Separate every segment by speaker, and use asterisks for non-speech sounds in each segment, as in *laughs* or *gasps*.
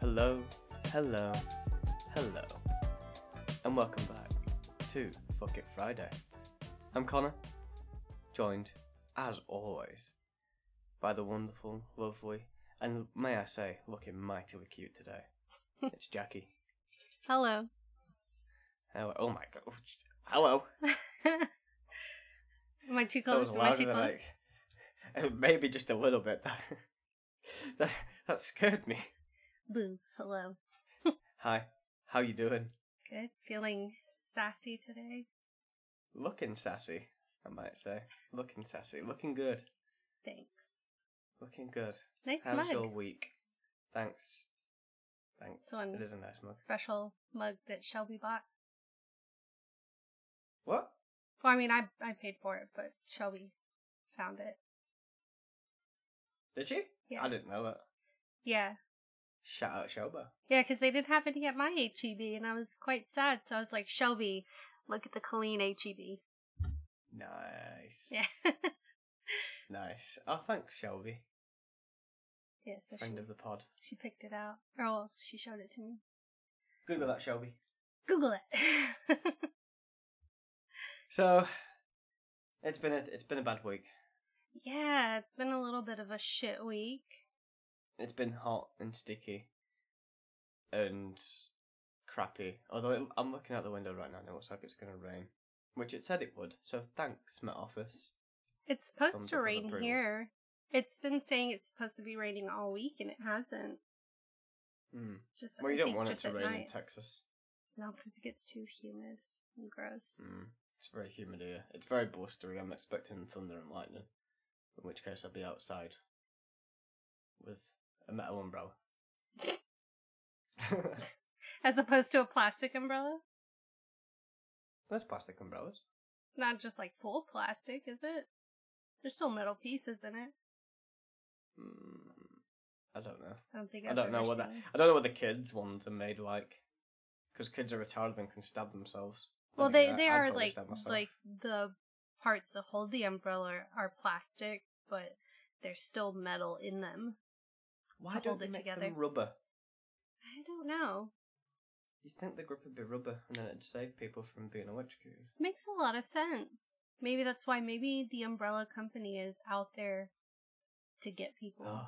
Speaker 1: Hello, hello, hello, and welcome back to Fuck It Friday. I'm Connor, joined, as always, by the wonderful, lovely, and may I say, looking mightily cute today. It's Jackie.
Speaker 2: Hello. *laughs*
Speaker 1: Hello. Oh my god. Hello.
Speaker 2: Am I too
Speaker 1: That was
Speaker 2: close? Am I
Speaker 1: louder
Speaker 2: too
Speaker 1: than
Speaker 2: close?
Speaker 1: I- *laughs* Maybe just a little bit. *laughs* That, that, that scared me.
Speaker 2: Boo. Hello.
Speaker 1: Hi, how you doing?
Speaker 2: Good. Feeling sassy today.
Speaker 1: Looking sassy, I might say. Looking sassy. Looking good.
Speaker 2: Thanks.
Speaker 1: Looking good.
Speaker 2: Nice
Speaker 1: How's
Speaker 2: mug.
Speaker 1: your week? Thanks. Thanks.
Speaker 2: So I'm-
Speaker 1: It is a nice mug.
Speaker 2: Special mug that Shelby bought.
Speaker 1: What?
Speaker 2: Well, I mean, I I paid for it, but Shelby found it.
Speaker 1: Did you?
Speaker 2: Yeah.
Speaker 1: I didn't know that.
Speaker 2: Yeah.
Speaker 1: Shout out Shoba.
Speaker 2: Yeah, because they didn't have any at my HEB, and I was quite sad. So I was like, Shelby, look at the Colleen E HEB.
Speaker 1: Nice.
Speaker 2: Yeah.
Speaker 1: *laughs*
Speaker 2: *laughs*
Speaker 1: Nice. Oh, thanks, Shelby.
Speaker 2: yeah. So she,
Speaker 1: Friend of the pod.
Speaker 2: she picked it out. Or well, she showed it to me.
Speaker 1: Google that, Shelby.
Speaker 2: Google it. *laughs*
Speaker 1: So, it's been a it's been a bad week.
Speaker 2: yeah, it's been a little bit of a shit week.
Speaker 1: It's been hot and sticky and crappy. Although it, I'm looking out the window right now and it looks like it's going to rain, which it said it would. So thanks, Met Office.
Speaker 2: It's supposed
Speaker 1: Thumbs
Speaker 2: to
Speaker 1: up on
Speaker 2: rain
Speaker 1: approval.
Speaker 2: here. It's been saying it's supposed to be raining all week and it hasn't.
Speaker 1: Mm.
Speaker 2: Just
Speaker 1: Well, you
Speaker 2: I
Speaker 1: don't
Speaker 2: think
Speaker 1: want it
Speaker 2: just
Speaker 1: to
Speaker 2: at
Speaker 1: rain in
Speaker 2: night.
Speaker 1: Texas.
Speaker 2: No, because it gets too humid and gross.
Speaker 1: Mm. It's very humid here. It's very blustery. I'm expecting thunder and lightning, in which case I'll be outside with a metal
Speaker 2: *laughs*
Speaker 1: umbrella. *laughs*
Speaker 2: As opposed to a plastic umbrella,
Speaker 1: There's plastic umbrellas.
Speaker 2: not just like full plastic, is it? There's still metal pieces in it.
Speaker 1: Mm. I don't know.
Speaker 2: I don't think
Speaker 1: I
Speaker 2: I've
Speaker 1: don't know
Speaker 2: ever
Speaker 1: what that.
Speaker 2: seen-
Speaker 1: I don't know what the kids ones are made like, because kids are retarded and can stab themselves. I
Speaker 2: Well,
Speaker 1: mean,
Speaker 2: they
Speaker 1: I-
Speaker 2: they
Speaker 1: I'd
Speaker 2: are
Speaker 1: probably
Speaker 2: like
Speaker 1: stab myself.
Speaker 2: like the parts that hold the umbrella are plastic, but there's still metal in them.
Speaker 1: why
Speaker 2: to
Speaker 1: don't
Speaker 2: hold
Speaker 1: they
Speaker 2: it
Speaker 1: make them
Speaker 2: together.
Speaker 1: rubber?
Speaker 2: I don't know.
Speaker 1: You would think the grip would be rubber, and then it'd save people from being electrocuted.
Speaker 2: Makes a lot of sense. Maybe that's why maybe the umbrella company is out there to get people.
Speaker 1: Oh,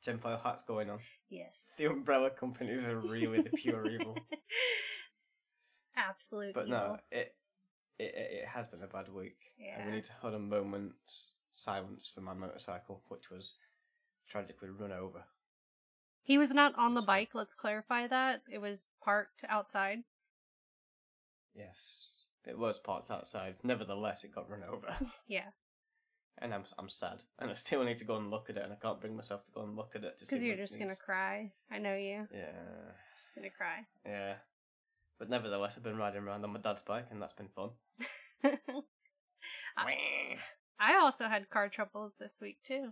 Speaker 1: tinfoil hats going on. *laughs*
Speaker 2: Yes.
Speaker 1: The umbrella companies are really the
Speaker 2: *laughs*
Speaker 1: pure evil.
Speaker 2: Absolute
Speaker 1: But
Speaker 2: evil.
Speaker 1: no, it, it it it has been a bad week, and we
Speaker 2: Yeah.
Speaker 1: need to hold a moment's silence for my motorcycle, which was tragically run over.
Speaker 2: He was not on the
Speaker 1: It's-
Speaker 2: bike, let's clarify that. It was parked outside.
Speaker 1: Yes, it was parked outside. Nevertheless, it got run
Speaker 2: *laughs*
Speaker 1: over.
Speaker 2: Yeah.
Speaker 1: and I'm I'm sad, and I still need to go and look at it, and I can't bring myself to go and look at it to see.
Speaker 2: Because you're
Speaker 1: what it
Speaker 2: just going to
Speaker 1: needs.
Speaker 2: cry. I know you.
Speaker 1: Yeah,
Speaker 2: Just going to cry. *laughs*
Speaker 1: yeah. But nevertheless, I've been riding around on my dad's bike, and that's been fun.
Speaker 2: I, I also had car troubles this week, too.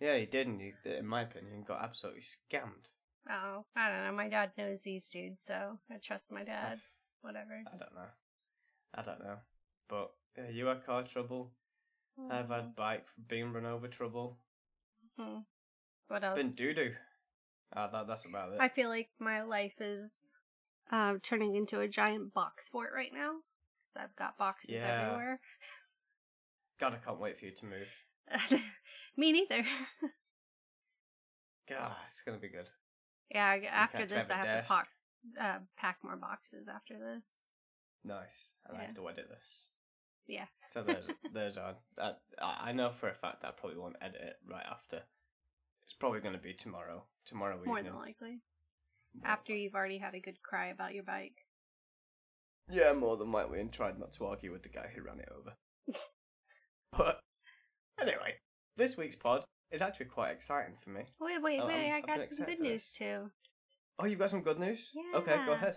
Speaker 1: Yeah, he did, and he, in my opinion, got absolutely scammed.
Speaker 2: Oh, I don't know. My dad knows these dudes, so I trust my dad. Whatever.
Speaker 1: I don't know. I don't know. But yeah, you had car trouble. I've
Speaker 2: Oh.
Speaker 1: had bike being run over trouble.
Speaker 2: Mhm. What else?
Speaker 1: Been doo doo. Ah, that, that's about it.
Speaker 2: I feel like my life is uh, turning into a giant box fort right now because I've got boxes
Speaker 1: Yeah.
Speaker 2: everywhere.
Speaker 1: God, I can't wait for you to move.
Speaker 2: *laughs* Me neither.
Speaker 1: God, it's gonna be good.
Speaker 2: yeah, I- after
Speaker 1: can't
Speaker 2: this,
Speaker 1: have a
Speaker 2: I have
Speaker 1: desk.
Speaker 2: to pack, uh, pack more boxes after this.
Speaker 1: Nice, and I
Speaker 2: Yeah.
Speaker 1: have to edit this.
Speaker 2: Yeah.
Speaker 1: So there's *laughs* there's our. That, I I know for a fact that I probably won't edit it right after. It's probably gonna be tomorrow. Tomorrow
Speaker 2: More
Speaker 1: evening.
Speaker 2: than likely.
Speaker 1: More
Speaker 2: After
Speaker 1: than-
Speaker 2: you've already had a good cry about your bike.
Speaker 1: Yeah, more than likely, and tried not to argue with the guy who ran it
Speaker 2: *laughs*
Speaker 1: over. but anyway, this week's pod is actually quite exciting for me.
Speaker 2: Wait, wait,
Speaker 1: Oh,
Speaker 2: wait.
Speaker 1: I'm-
Speaker 2: i
Speaker 1: I've been
Speaker 2: got some
Speaker 1: excited
Speaker 2: good
Speaker 1: for
Speaker 2: news
Speaker 1: this.
Speaker 2: too.
Speaker 1: Oh, you've got some good news. Okay, go
Speaker 2: Yeah.
Speaker 1: ahead.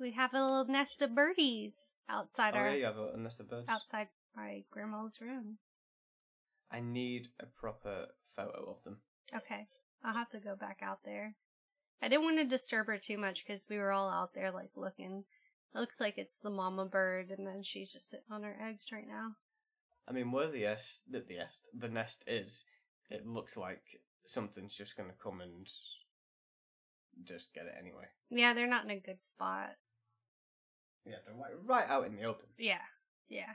Speaker 2: We have a little nest of birdies outside
Speaker 1: Oh
Speaker 2: our
Speaker 1: yeah, you have a nest of birds.
Speaker 2: outside my grandma's room.
Speaker 1: I need a proper photo of them.
Speaker 2: Okay. I'll have to go back out there. I didn't want to disturb her too much because we were all out there like looking. It looks like it's the mama bird and then she's just sitting on her eggs right now.
Speaker 1: I mean, where the est that the est the nest is, it looks like something's just going to come and just get it anyway.
Speaker 2: Yeah, they're not in a good spot.
Speaker 1: Yeah, they're wi- right out in the open.
Speaker 2: Yeah, yeah.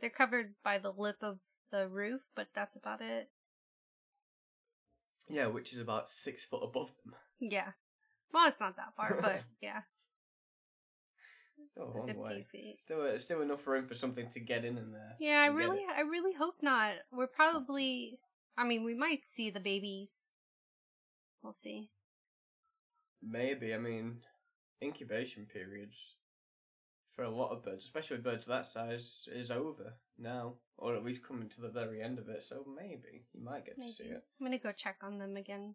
Speaker 2: They're covered by the lip of the roof, but that's about it.
Speaker 1: Yeah, which is about six foot above them.
Speaker 2: Yeah. Well, it's not that far, but yeah.
Speaker 1: *laughs* Still a
Speaker 2: It's a
Speaker 1: long
Speaker 2: good
Speaker 1: way.
Speaker 2: few feet.
Speaker 1: Still, uh, still enough room for something to get in in there.
Speaker 2: Yeah, I
Speaker 1: and get
Speaker 2: really,
Speaker 1: it.
Speaker 2: I really hope not. We're probably, I mean, we might see the babies. We'll see.
Speaker 1: Maybe I mean, incubation periods for a lot of birds, especially birds that size, is over now, or at least coming to the very end of it. So maybe you might get
Speaker 2: Maybe.
Speaker 1: to see it.
Speaker 2: I'm gonna go check on them again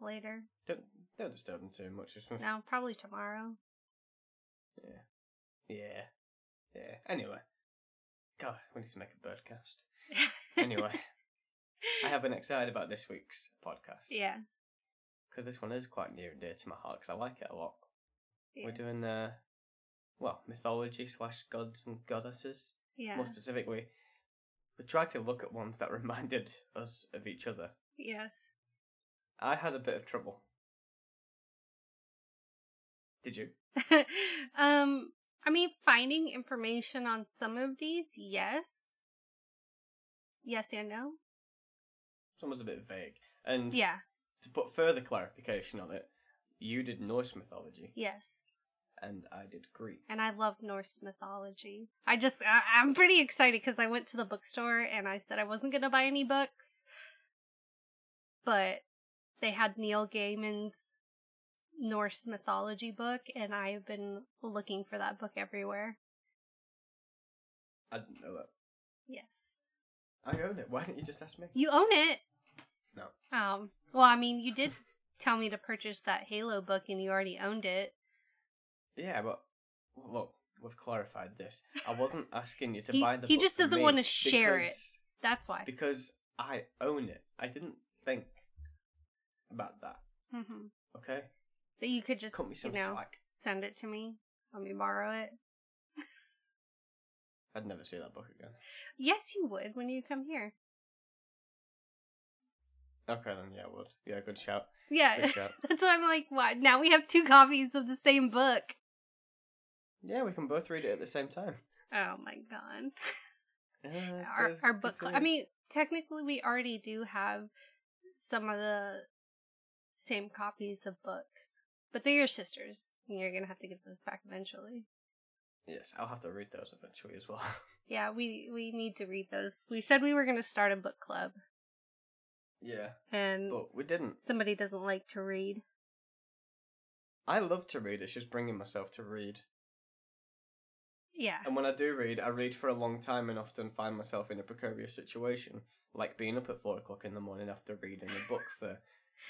Speaker 2: later.
Speaker 1: Don't don't disturb them too much. It's-
Speaker 2: No, probably tomorrow.
Speaker 1: Yeah. Yeah. Yeah. Anyway. God, we need to make a
Speaker 2: *laughs*
Speaker 1: birdcast. Anyway. I have been excited about this week's podcast.
Speaker 2: yeah.
Speaker 1: Because this one is quite near and dear to my heart because I like it a lot.
Speaker 2: Yeah.
Speaker 1: We're doing, uh, well, mythology slash gods and goddesses.
Speaker 2: Yeah.
Speaker 1: More specifically, we tried to look at ones that *laughs* reminded us of each other.
Speaker 2: Yes. *laughs*
Speaker 1: I had a bit of trouble. Did you?
Speaker 2: um, I mean, finding information on some of these, yes. Yes and no.
Speaker 1: Someone's a bit vague. And
Speaker 2: Yeah.
Speaker 1: to put further clarification on it, you did Norse mythology
Speaker 2: Yes.
Speaker 1: and I did Greek.
Speaker 2: and I love Norse mythology. I just I, I'm pretty excited because I went to the bookstore and I said I wasn't gonna buy any books, but they had Neil Gaiman's Norse mythology book, and I've been looking for that book everywhere.
Speaker 1: I didn't know that.
Speaker 2: Yes,
Speaker 1: I own it. Why didn't you just ask me?
Speaker 2: you own it.
Speaker 1: No.
Speaker 2: Um. Well, I mean, you did tell me to purchase that Halo book, and you already owned it.
Speaker 1: Yeah, but look, we've clarified this. I
Speaker 2: *laughs*
Speaker 1: wasn't asking you to
Speaker 2: He-
Speaker 1: buy the.
Speaker 2: he
Speaker 1: book
Speaker 2: just
Speaker 1: for
Speaker 2: doesn't
Speaker 1: me
Speaker 2: wanna share it.
Speaker 1: because-
Speaker 2: That's why.
Speaker 1: because I own it. I didn't think about that.
Speaker 2: hmm
Speaker 1: Okay,
Speaker 2: That you could just
Speaker 1: cut me
Speaker 2: you
Speaker 1: some
Speaker 2: know
Speaker 1: slack.
Speaker 2: send it to me. Let me borrow it.
Speaker 1: I'd never see that book again.
Speaker 2: Yes, you would when you come here.
Speaker 1: Okay, then yeah, I would. Yeah, good
Speaker 2: *laughs*
Speaker 1: shout.
Speaker 2: Yeah.
Speaker 1: Good shout.
Speaker 2: That's why I'm like, wow, now we have two copies of the same book.
Speaker 1: Yeah, we can both read it at the same time.
Speaker 2: Oh my god.
Speaker 1: Yeah, that's
Speaker 2: Our,
Speaker 1: good.
Speaker 2: our book
Speaker 1: This
Speaker 2: club. I
Speaker 1: is-
Speaker 2: mean, technically, we already do have some of the same copies of books, but they're your sisters. and You're going to have to give those back eventually.
Speaker 1: yes, I'll have to read those eventually as well. *laughs*
Speaker 2: Yeah, we, we need to read those. We said we were going to start a book club,
Speaker 1: yeah,
Speaker 2: and
Speaker 1: but we didn't.
Speaker 2: somebody doesn't like to read.
Speaker 1: I love to read. It's just bringing myself to read.
Speaker 2: Yeah.
Speaker 1: And when I do read, I read for a long time and often find myself in a precarious situation, like being up at four o'clock in the morning after reading a book for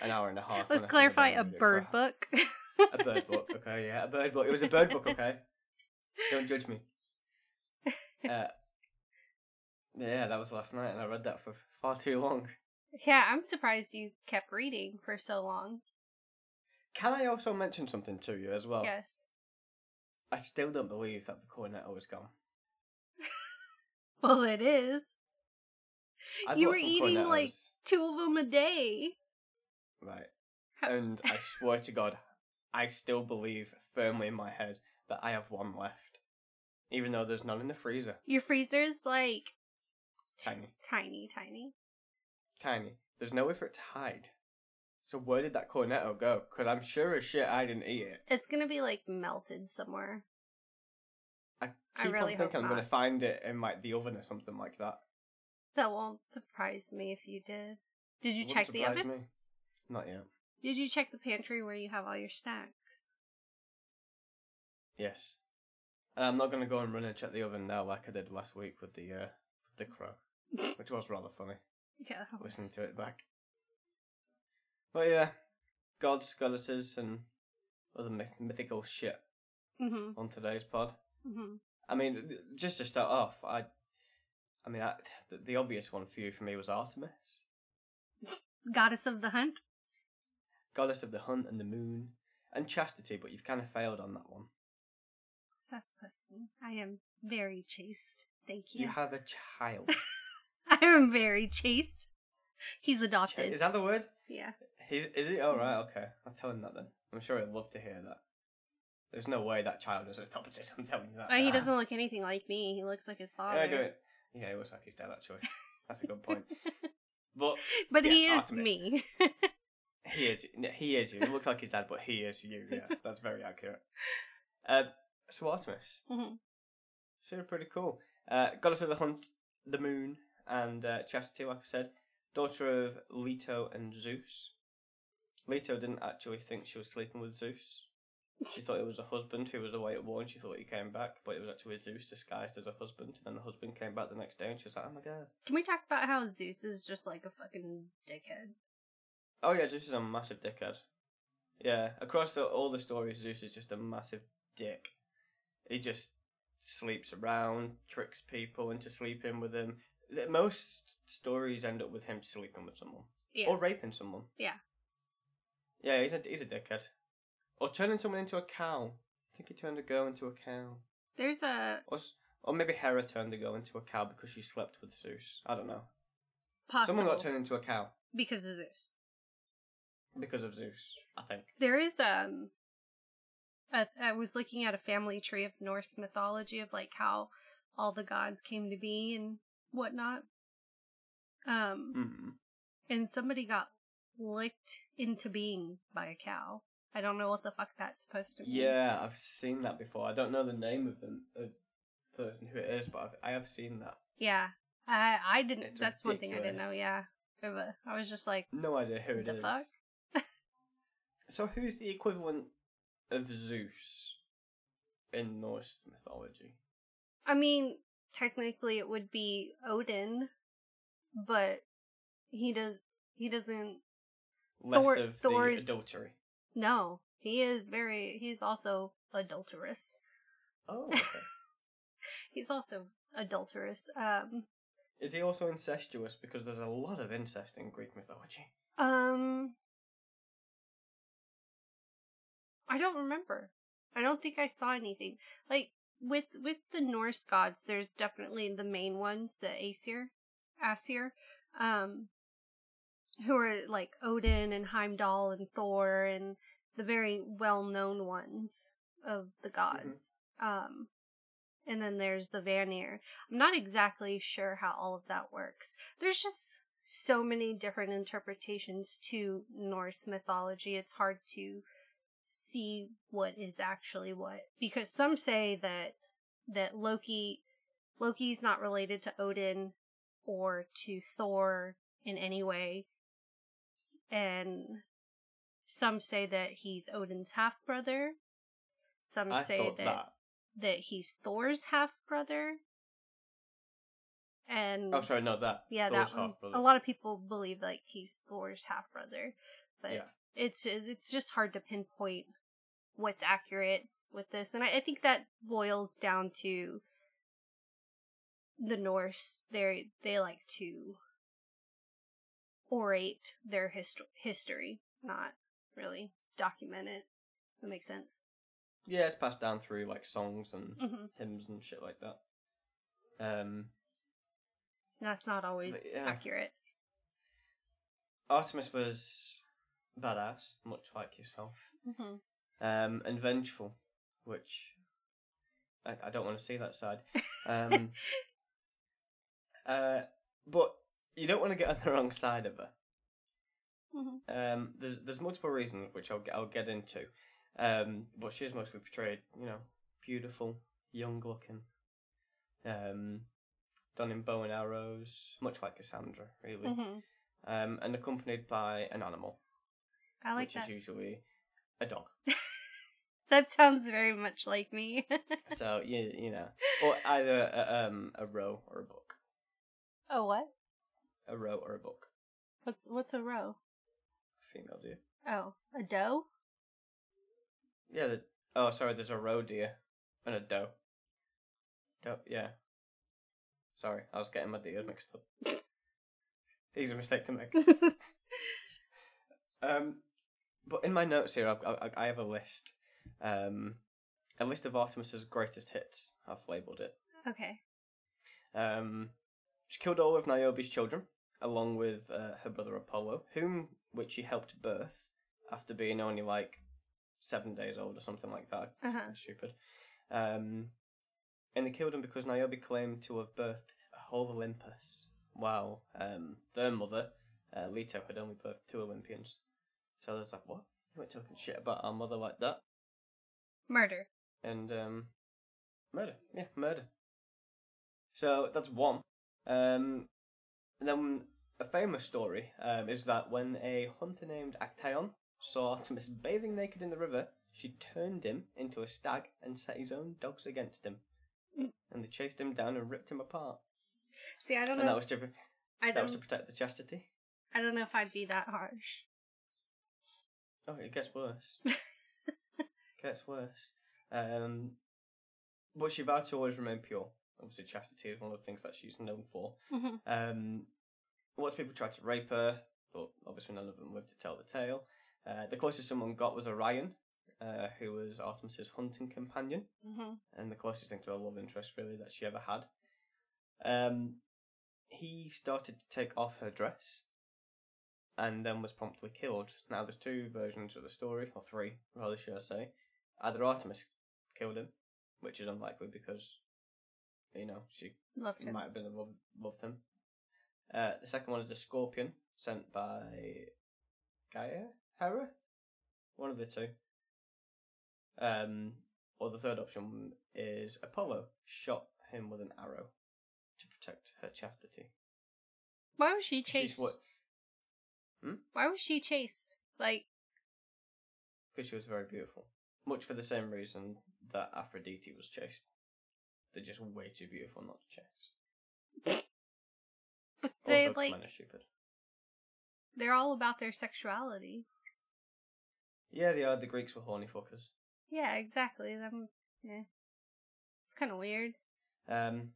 Speaker 1: an hour and a half.
Speaker 2: Let's
Speaker 1: when I sit
Speaker 2: clarify
Speaker 1: down
Speaker 2: a
Speaker 1: and read it
Speaker 2: bird
Speaker 1: for-
Speaker 2: book. *laughs*
Speaker 1: A bird book, okay, yeah, a bird book. It was a bird book, okay. Don't judge
Speaker 2: *laughs*
Speaker 1: me. Uh, yeah, that was last night, and I read that for far too long.
Speaker 2: Yeah, I'm surprised you kept reading for so long.
Speaker 1: Can I also mention something to you as well?
Speaker 2: Yes.
Speaker 1: I still don't believe that the cornet was gone.
Speaker 2: Well, it is.
Speaker 1: I
Speaker 2: You
Speaker 1: bought
Speaker 2: were
Speaker 1: some
Speaker 2: eating, like-
Speaker 1: Cornettos,
Speaker 2: Two of them a day.
Speaker 1: right.
Speaker 2: How-
Speaker 1: and I swear to God, I still believe firmly in my head that I have one left, even though there's none in the freezer.
Speaker 2: Your freezer's like
Speaker 1: Tiny,
Speaker 2: tiny, tiny.
Speaker 1: tiny. There's nowhere for it to hide. So where did that cornetto go? Because I'm sure as shit I didn't eat it.
Speaker 2: It's gonna be like melted somewhere.
Speaker 1: I
Speaker 2: I
Speaker 1: keep
Speaker 2: really
Speaker 1: on
Speaker 2: hope
Speaker 1: thinking I'm gonna
Speaker 2: not.
Speaker 1: find it in like the oven or something like that.
Speaker 2: That won't surprise me if you did. Did you
Speaker 1: Wouldn't
Speaker 2: check the
Speaker 1: surprise
Speaker 2: oven?
Speaker 1: Me. Not yet.
Speaker 2: Did you check the pantry where you have all your snacks?
Speaker 1: Yes. And I'm not gonna go and run and check the oven now like I did last week with the uh, the crow,
Speaker 2: *laughs*
Speaker 1: which was rather funny.
Speaker 2: Yeah.
Speaker 1: listening to it back. But yeah, gods, goddesses, and other myth- mythical shit
Speaker 2: Mm-hmm.
Speaker 1: on today's pod.
Speaker 2: Mm-hmm.
Speaker 1: I mean, th- just to start off, I, I mean, I, the, the obvious one for you for me was Artemis,
Speaker 2: Goddess of the hunt.
Speaker 1: goddess of the hunt and the moon, and chastity. But you've kind of failed on that one.
Speaker 2: What's me? I am very chaste. Thank you.
Speaker 1: You have a child.
Speaker 2: *laughs* I am very chaste. He's
Speaker 1: Ch-
Speaker 2: adopted.
Speaker 1: Is that the word?
Speaker 2: yeah.
Speaker 1: He's, is he? All right, okay. I'll tell him that then. I'm sure he'd love to hear that. There's no way that child is adopted. I'm telling you that.
Speaker 2: Oh, he doesn't look anything like me. He looks like his father.
Speaker 1: Uh. Yeah, I do it. Yeah, he looks like his dad actually. That's a good point. But
Speaker 2: but
Speaker 1: Yeah,
Speaker 2: he is
Speaker 1: Artemis.
Speaker 2: me.
Speaker 1: He is. no, He is you. It looks like his dad, but he is you. Yeah, that's very accurate. Uh, so Artemis,
Speaker 2: Mhm.
Speaker 1: she was pretty cool. Uh, goddess of the hunt, the moon, and uh, chastity. Like I said, daughter of Leto and Zeus. Leto didn't actually think she was sleeping with Zeus. She thought it was a husband who was away at war, and she thought he came back, but it was actually Zeus disguised as a husband. And the husband came back the next day, and she was like, "Oh my god!"
Speaker 2: Can we talk about how Zeus is just like a fucking dickhead?
Speaker 1: Oh yeah, Zeus is a massive dickhead. Yeah, across the, all the stories, Zeus is just a massive dick. He just sleeps around, tricks people into sleeping with him. The- Most stories end up with him sleeping with someone
Speaker 2: Yeah.
Speaker 1: or raping someone.
Speaker 2: Yeah.
Speaker 1: Yeah, he's a he's a dickhead. Or turning someone into a cow. I think he turned a girl into a cow.
Speaker 2: There's a
Speaker 1: Or s- or maybe Hera turned a girl into a cow because she slept with Zeus. I don't know.
Speaker 2: possible
Speaker 1: Someone got turned into a cow
Speaker 2: because of Zeus.
Speaker 1: because of Zeus. I think.
Speaker 2: There is um a, I was looking at a family tree of Norse mythology of like how all the gods came to be and whatnot. Um
Speaker 1: Hmm.
Speaker 2: and somebody got licked into being by a cow. I don't know what the fuck that's supposed to mean.
Speaker 1: Yeah, I've seen that before. I don't know the name of the of the person who it is, but I've, I have seen that.
Speaker 2: Yeah. I I didn't
Speaker 1: It's
Speaker 2: that's one thing I didn't know,
Speaker 1: ridiculous.
Speaker 2: yeah. But I was just like
Speaker 1: No idea who it
Speaker 2: The
Speaker 1: is. *laughs*
Speaker 2: fuck?
Speaker 1: so, who's the equivalent of Zeus in Norse mythology?
Speaker 2: I mean, technically it would be Odin, but he does he doesn't
Speaker 1: Less
Speaker 2: Thor-
Speaker 1: of
Speaker 2: Thor's-
Speaker 1: the adultery.
Speaker 2: No, he is very. He's also adulterous. *laughs*
Speaker 1: Oh, okay.
Speaker 2: He's also adulterous. Um,
Speaker 1: is he also incestuous? Because there's a lot of incest in Greek mythology.
Speaker 2: um, I don't remember. I don't think I saw anything like with with the Norse gods. There's definitely the main ones, the Aesir, Asir, um, who are like Odin and Heimdall and Thor and the very well known ones of the gods. Um, and then there's the Vanir. I'm not exactly sure how all of that works. There's just so many different interpretations to Norse mythology. It's hard to see what is actually what because some say that that Loki Loki's not related to Odin or to Thor in any way. And some say that he's Odin's half brother. Some
Speaker 1: I
Speaker 2: say
Speaker 1: thought
Speaker 2: that,
Speaker 1: that.
Speaker 2: that he's Thor's half brother. And
Speaker 1: Oh, sorry, no, that.
Speaker 2: yeah,
Speaker 1: Thor's
Speaker 2: that one.
Speaker 1: half-brother.
Speaker 2: A lot of people believe like he's Thor's half brother, but
Speaker 1: Yeah.
Speaker 2: it's it's just hard to pinpoint what's accurate with this, and I, I think that boils down to the Norse. They they like to orate their hist- history, not really document it. If That makes sense.
Speaker 1: Yeah, it's passed down through like songs and
Speaker 2: hmm
Speaker 1: hymns and shit like that. Um,
Speaker 2: That's not always
Speaker 1: yeah.
Speaker 2: accurate.
Speaker 1: Artemis was badass, much like yourself,
Speaker 2: hmm
Speaker 1: um, and vengeful, which I, I don't want to see that side. Um, uh, but you don't want to get on the wrong side of her.
Speaker 2: hmm
Speaker 1: Um, there's there's multiple reasons which I'll get I'll get into, um, but she was mostly portrayed, you know, beautiful, young looking, um, done in bow and arrows, much like Cassandra, really,
Speaker 2: hmm
Speaker 1: um, and accompanied by an animal.
Speaker 2: I like
Speaker 1: which is
Speaker 2: that.
Speaker 1: usually a
Speaker 2: *laughs*
Speaker 1: dog.
Speaker 2: That sounds very much like me. *laughs*
Speaker 1: so you you know, or either a, um a row or a book,
Speaker 2: oh what?
Speaker 1: a row or a book.
Speaker 2: What's what's a row?
Speaker 1: Female deer.
Speaker 2: Oh, a *laughs* doe?
Speaker 1: Yeah. The, oh, sorry. There's a roe deer and a doe. Doe. Yeah. Sorry, I was getting my
Speaker 2: *laughs*
Speaker 1: deer mixed up. Easy mistake to make. Um, but in my notes here, I've, I, I have a list, um, a list of Artemis's greatest hits. I've labelled it.
Speaker 2: okay.
Speaker 1: Um, she killed all of Niobe's children, along with uh, her brother Apollo, whom which she helped birth after being only like seven days old or something like that.
Speaker 2: Uh-huh.
Speaker 1: Something Stupid. Um, and they killed him because Niobe claimed to have birthed a whole Olympus. Wow. Um, their mother, uh, Leto, had only birthed two Olympians. So I was like, what? You weren't talking shit about our mother like that.
Speaker 2: Murder.
Speaker 1: And um, murder. Yeah, murder. So that's one. Um, and then a famous story um, is that when a hunter named Actaeon saw Artemis bathing naked in the river, she turned him into a stag and set his own dogs against him. And they chased him down and ripped him apart.
Speaker 2: See, I don't
Speaker 1: And
Speaker 2: know.
Speaker 1: that was to, pr-
Speaker 2: I
Speaker 1: that
Speaker 2: don't.
Speaker 1: was to protect the chastity.
Speaker 2: I don't know if I'd be that harsh.
Speaker 1: Oh, it gets worse. gets worse. Um, but she vowed to always remain pure. Obviously, chastity is one of the things that she's known for.
Speaker 2: Mhm.
Speaker 1: Um, lots of people tried to rape her, but obviously none of them lived to tell the tale. Uh, the closest someone got was Orion, uh, who was Artemis's hunting companion,
Speaker 2: Mhm.
Speaker 1: and the closest thing to a love interest really that she ever had. Um, he started to take off her dress, and then was promptly killed. Now there's two versions of the story, or three, rather should I say. Either Artemis killed him, which is unlikely because, you know, she
Speaker 2: Loved
Speaker 1: it
Speaker 2: him.
Speaker 1: might have been the love, loved him. Uh, the second one is a scorpion sent by Gaia Hera, one of the two. Um, or the third option is Apollo shot him with an arrow to protect her chastity.
Speaker 2: Why was she
Speaker 1: She's
Speaker 2: chased?
Speaker 1: what
Speaker 2: Why was she chased? Like,
Speaker 1: because she was very beautiful, much for the same reason that Aphrodite was chased. They're just way too beautiful not to chase.
Speaker 2: but they
Speaker 1: also,
Speaker 2: like
Speaker 1: men are stupid.
Speaker 2: they're all about their sexuality.
Speaker 1: Yeah, they are. The Greeks were horny fuckers.
Speaker 2: Yeah, exactly. Them. Yeah. It's kind of weird.
Speaker 1: Um,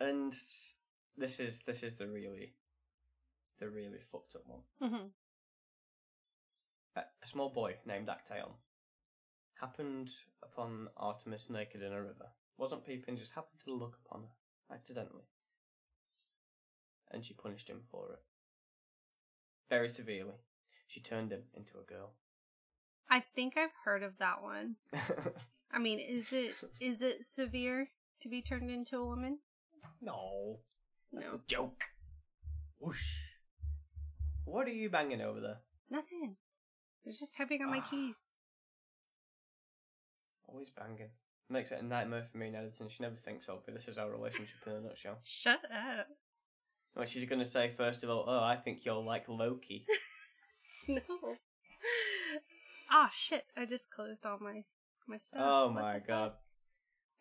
Speaker 1: and this is this is the really, the really fucked up one.
Speaker 2: hmm
Speaker 1: A, a small boy named Actaeon happened upon Artemis naked in a river. Wasn't peeping, just happened to look upon her accidentally, and she punished him for it very severely. She turned him into a girl. *laughs*
Speaker 2: I think I've heard of that one. I mean,
Speaker 1: *laughs*
Speaker 2: is it is it severe to be turned into a woman?
Speaker 1: no, that's
Speaker 2: No,
Speaker 1: a joke. Whoosh. What are you banging over there?
Speaker 2: nothing. I was just typing on my
Speaker 1: Ah.
Speaker 2: keys.
Speaker 1: Always Oh, banging. Makes it a nightmare for me in editing. She never thinks of it. This is our relationship in a nutshell.
Speaker 2: Shut up.
Speaker 1: Well, she's going to say, first of all, oh, I think you're like
Speaker 2: *laughs*
Speaker 1: Loki.
Speaker 2: No. Ah, shit. I just closed all my my stuff.
Speaker 1: oh
Speaker 2: What
Speaker 1: my
Speaker 2: the
Speaker 1: god.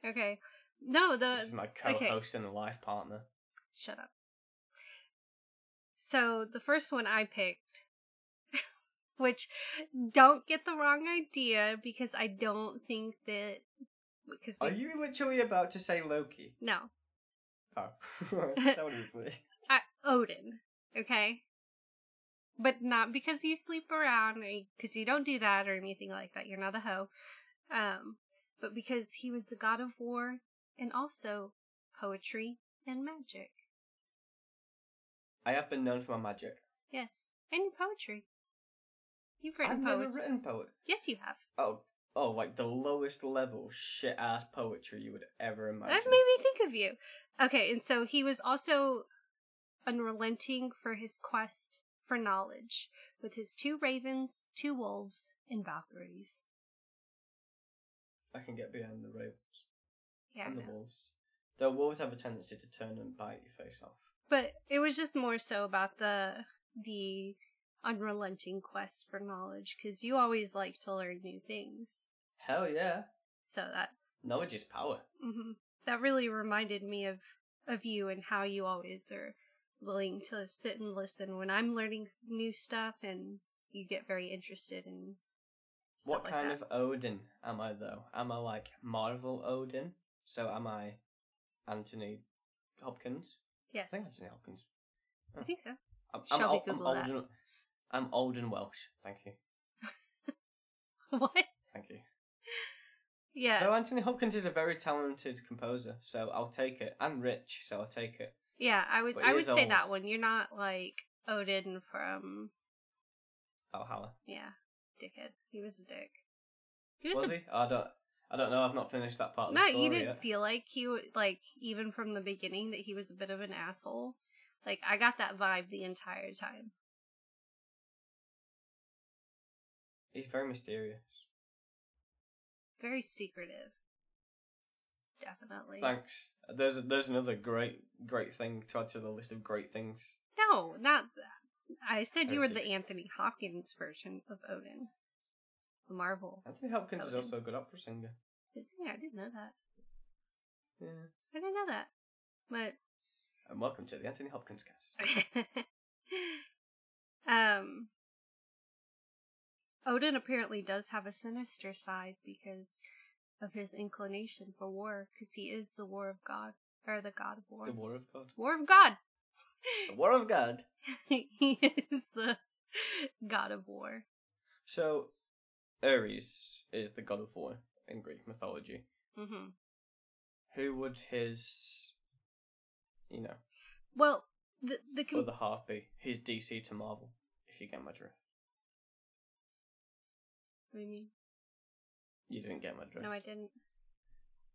Speaker 2: fuck? Okay. No,
Speaker 1: This is
Speaker 2: the
Speaker 1: my co host and life partner.
Speaker 2: shut up. So the first one I picked, *laughs* which don't get the wrong idea because I don't think that because we,
Speaker 1: Are you literally about to say Loki?
Speaker 2: no
Speaker 1: Oh. *laughs* that would be funny.
Speaker 2: I, Odin, okay, but not because you sleep around because you don't do that or anything like that. You're not a hoe, um, but because he was the god of war and also poetry and magic.
Speaker 1: I have been known for my magic.
Speaker 2: Yes, and poetry. You've
Speaker 1: I've
Speaker 2: written
Speaker 1: never
Speaker 2: poetry.
Speaker 1: written poet.
Speaker 2: yes, you have.
Speaker 1: Oh, oh, like the lowest level shit ass poetry you would ever imagine.
Speaker 2: That made me think of you. Okay, and so he was also unrelenting for his quest for knowledge with his two ravens, two wolves, and Valkyries.
Speaker 1: I can get behind the ravens
Speaker 2: Yeah. I
Speaker 1: and the
Speaker 2: know.
Speaker 1: wolves. Though wolves have a tendency to turn and bite your face off.
Speaker 2: But it was just more so about the the unrelenting quest for knowledge cuz you always like to learn new things.
Speaker 1: Hell yeah.
Speaker 2: So that
Speaker 1: Knowledge is power.
Speaker 2: hmm that really reminded me of of you and how you always are willing to sit and listen when I'm learning s- new stuff and you get very interested in stuff
Speaker 1: what
Speaker 2: like
Speaker 1: kind
Speaker 2: that.
Speaker 1: of Odin am I though? Am I like Marvel Odin? So am I Anthony Hopkins? I
Speaker 2: yes
Speaker 1: think Anthony Hopkins.
Speaker 2: I think so *laughs*
Speaker 1: I'm,
Speaker 2: Shall we
Speaker 1: ol- I'm
Speaker 2: Google
Speaker 1: old
Speaker 2: that?
Speaker 1: and I'm old and Welsh. Thank you.
Speaker 2: what
Speaker 1: Thank you.
Speaker 2: yeah
Speaker 1: Though Anthony Hopkins is a very talented composer, so I'll take it. And rich, so I'll take it.
Speaker 2: yeah I would
Speaker 1: But he
Speaker 2: I would
Speaker 1: is
Speaker 2: say
Speaker 1: old.
Speaker 2: that one you're not like Odin from
Speaker 1: Al Haller.
Speaker 2: Yeah, dickhead. He was a dick. He was,
Speaker 1: Was
Speaker 2: a,
Speaker 1: he? I don't. I don't know. I've not finished that part of the
Speaker 2: not.
Speaker 1: story
Speaker 2: You didn't
Speaker 1: yet.
Speaker 2: feel like he w- like even from the beginning that he was a bit of an asshole. Like I got that vibe the entire time.
Speaker 1: He's very mysterious.
Speaker 2: Very secretive. Definitely.
Speaker 1: Thanks. There's there's another great great thing to add to the list of great things.
Speaker 2: No, not. th- I said you
Speaker 1: Very
Speaker 2: were the
Speaker 1: secretive.
Speaker 2: Anthony Hopkins version of Odin, the Marvel.
Speaker 1: Anthony Hopkins is
Speaker 2: Odin.
Speaker 1: also a good opera singer.
Speaker 2: Is he? I didn't know that.
Speaker 1: Yeah.
Speaker 2: I didn't know that. But
Speaker 1: And welcome to the Anthony Hopkins cast.
Speaker 2: *laughs* um Odin apparently does have a sinister side because of his inclination for war because he is the war of god or the god of war.
Speaker 1: the War of God.
Speaker 2: War of god. *laughs*
Speaker 1: The War of God.
Speaker 2: he is the god of war.
Speaker 1: So, Ares is the god of war in Greek mythology.
Speaker 2: Mhm.
Speaker 1: Who would his, you know,
Speaker 2: Well, the the com-
Speaker 1: other half be? His DC to Marvel, if you get my drift.
Speaker 2: I mean,
Speaker 1: You didn't get my drift.
Speaker 2: no I didn't.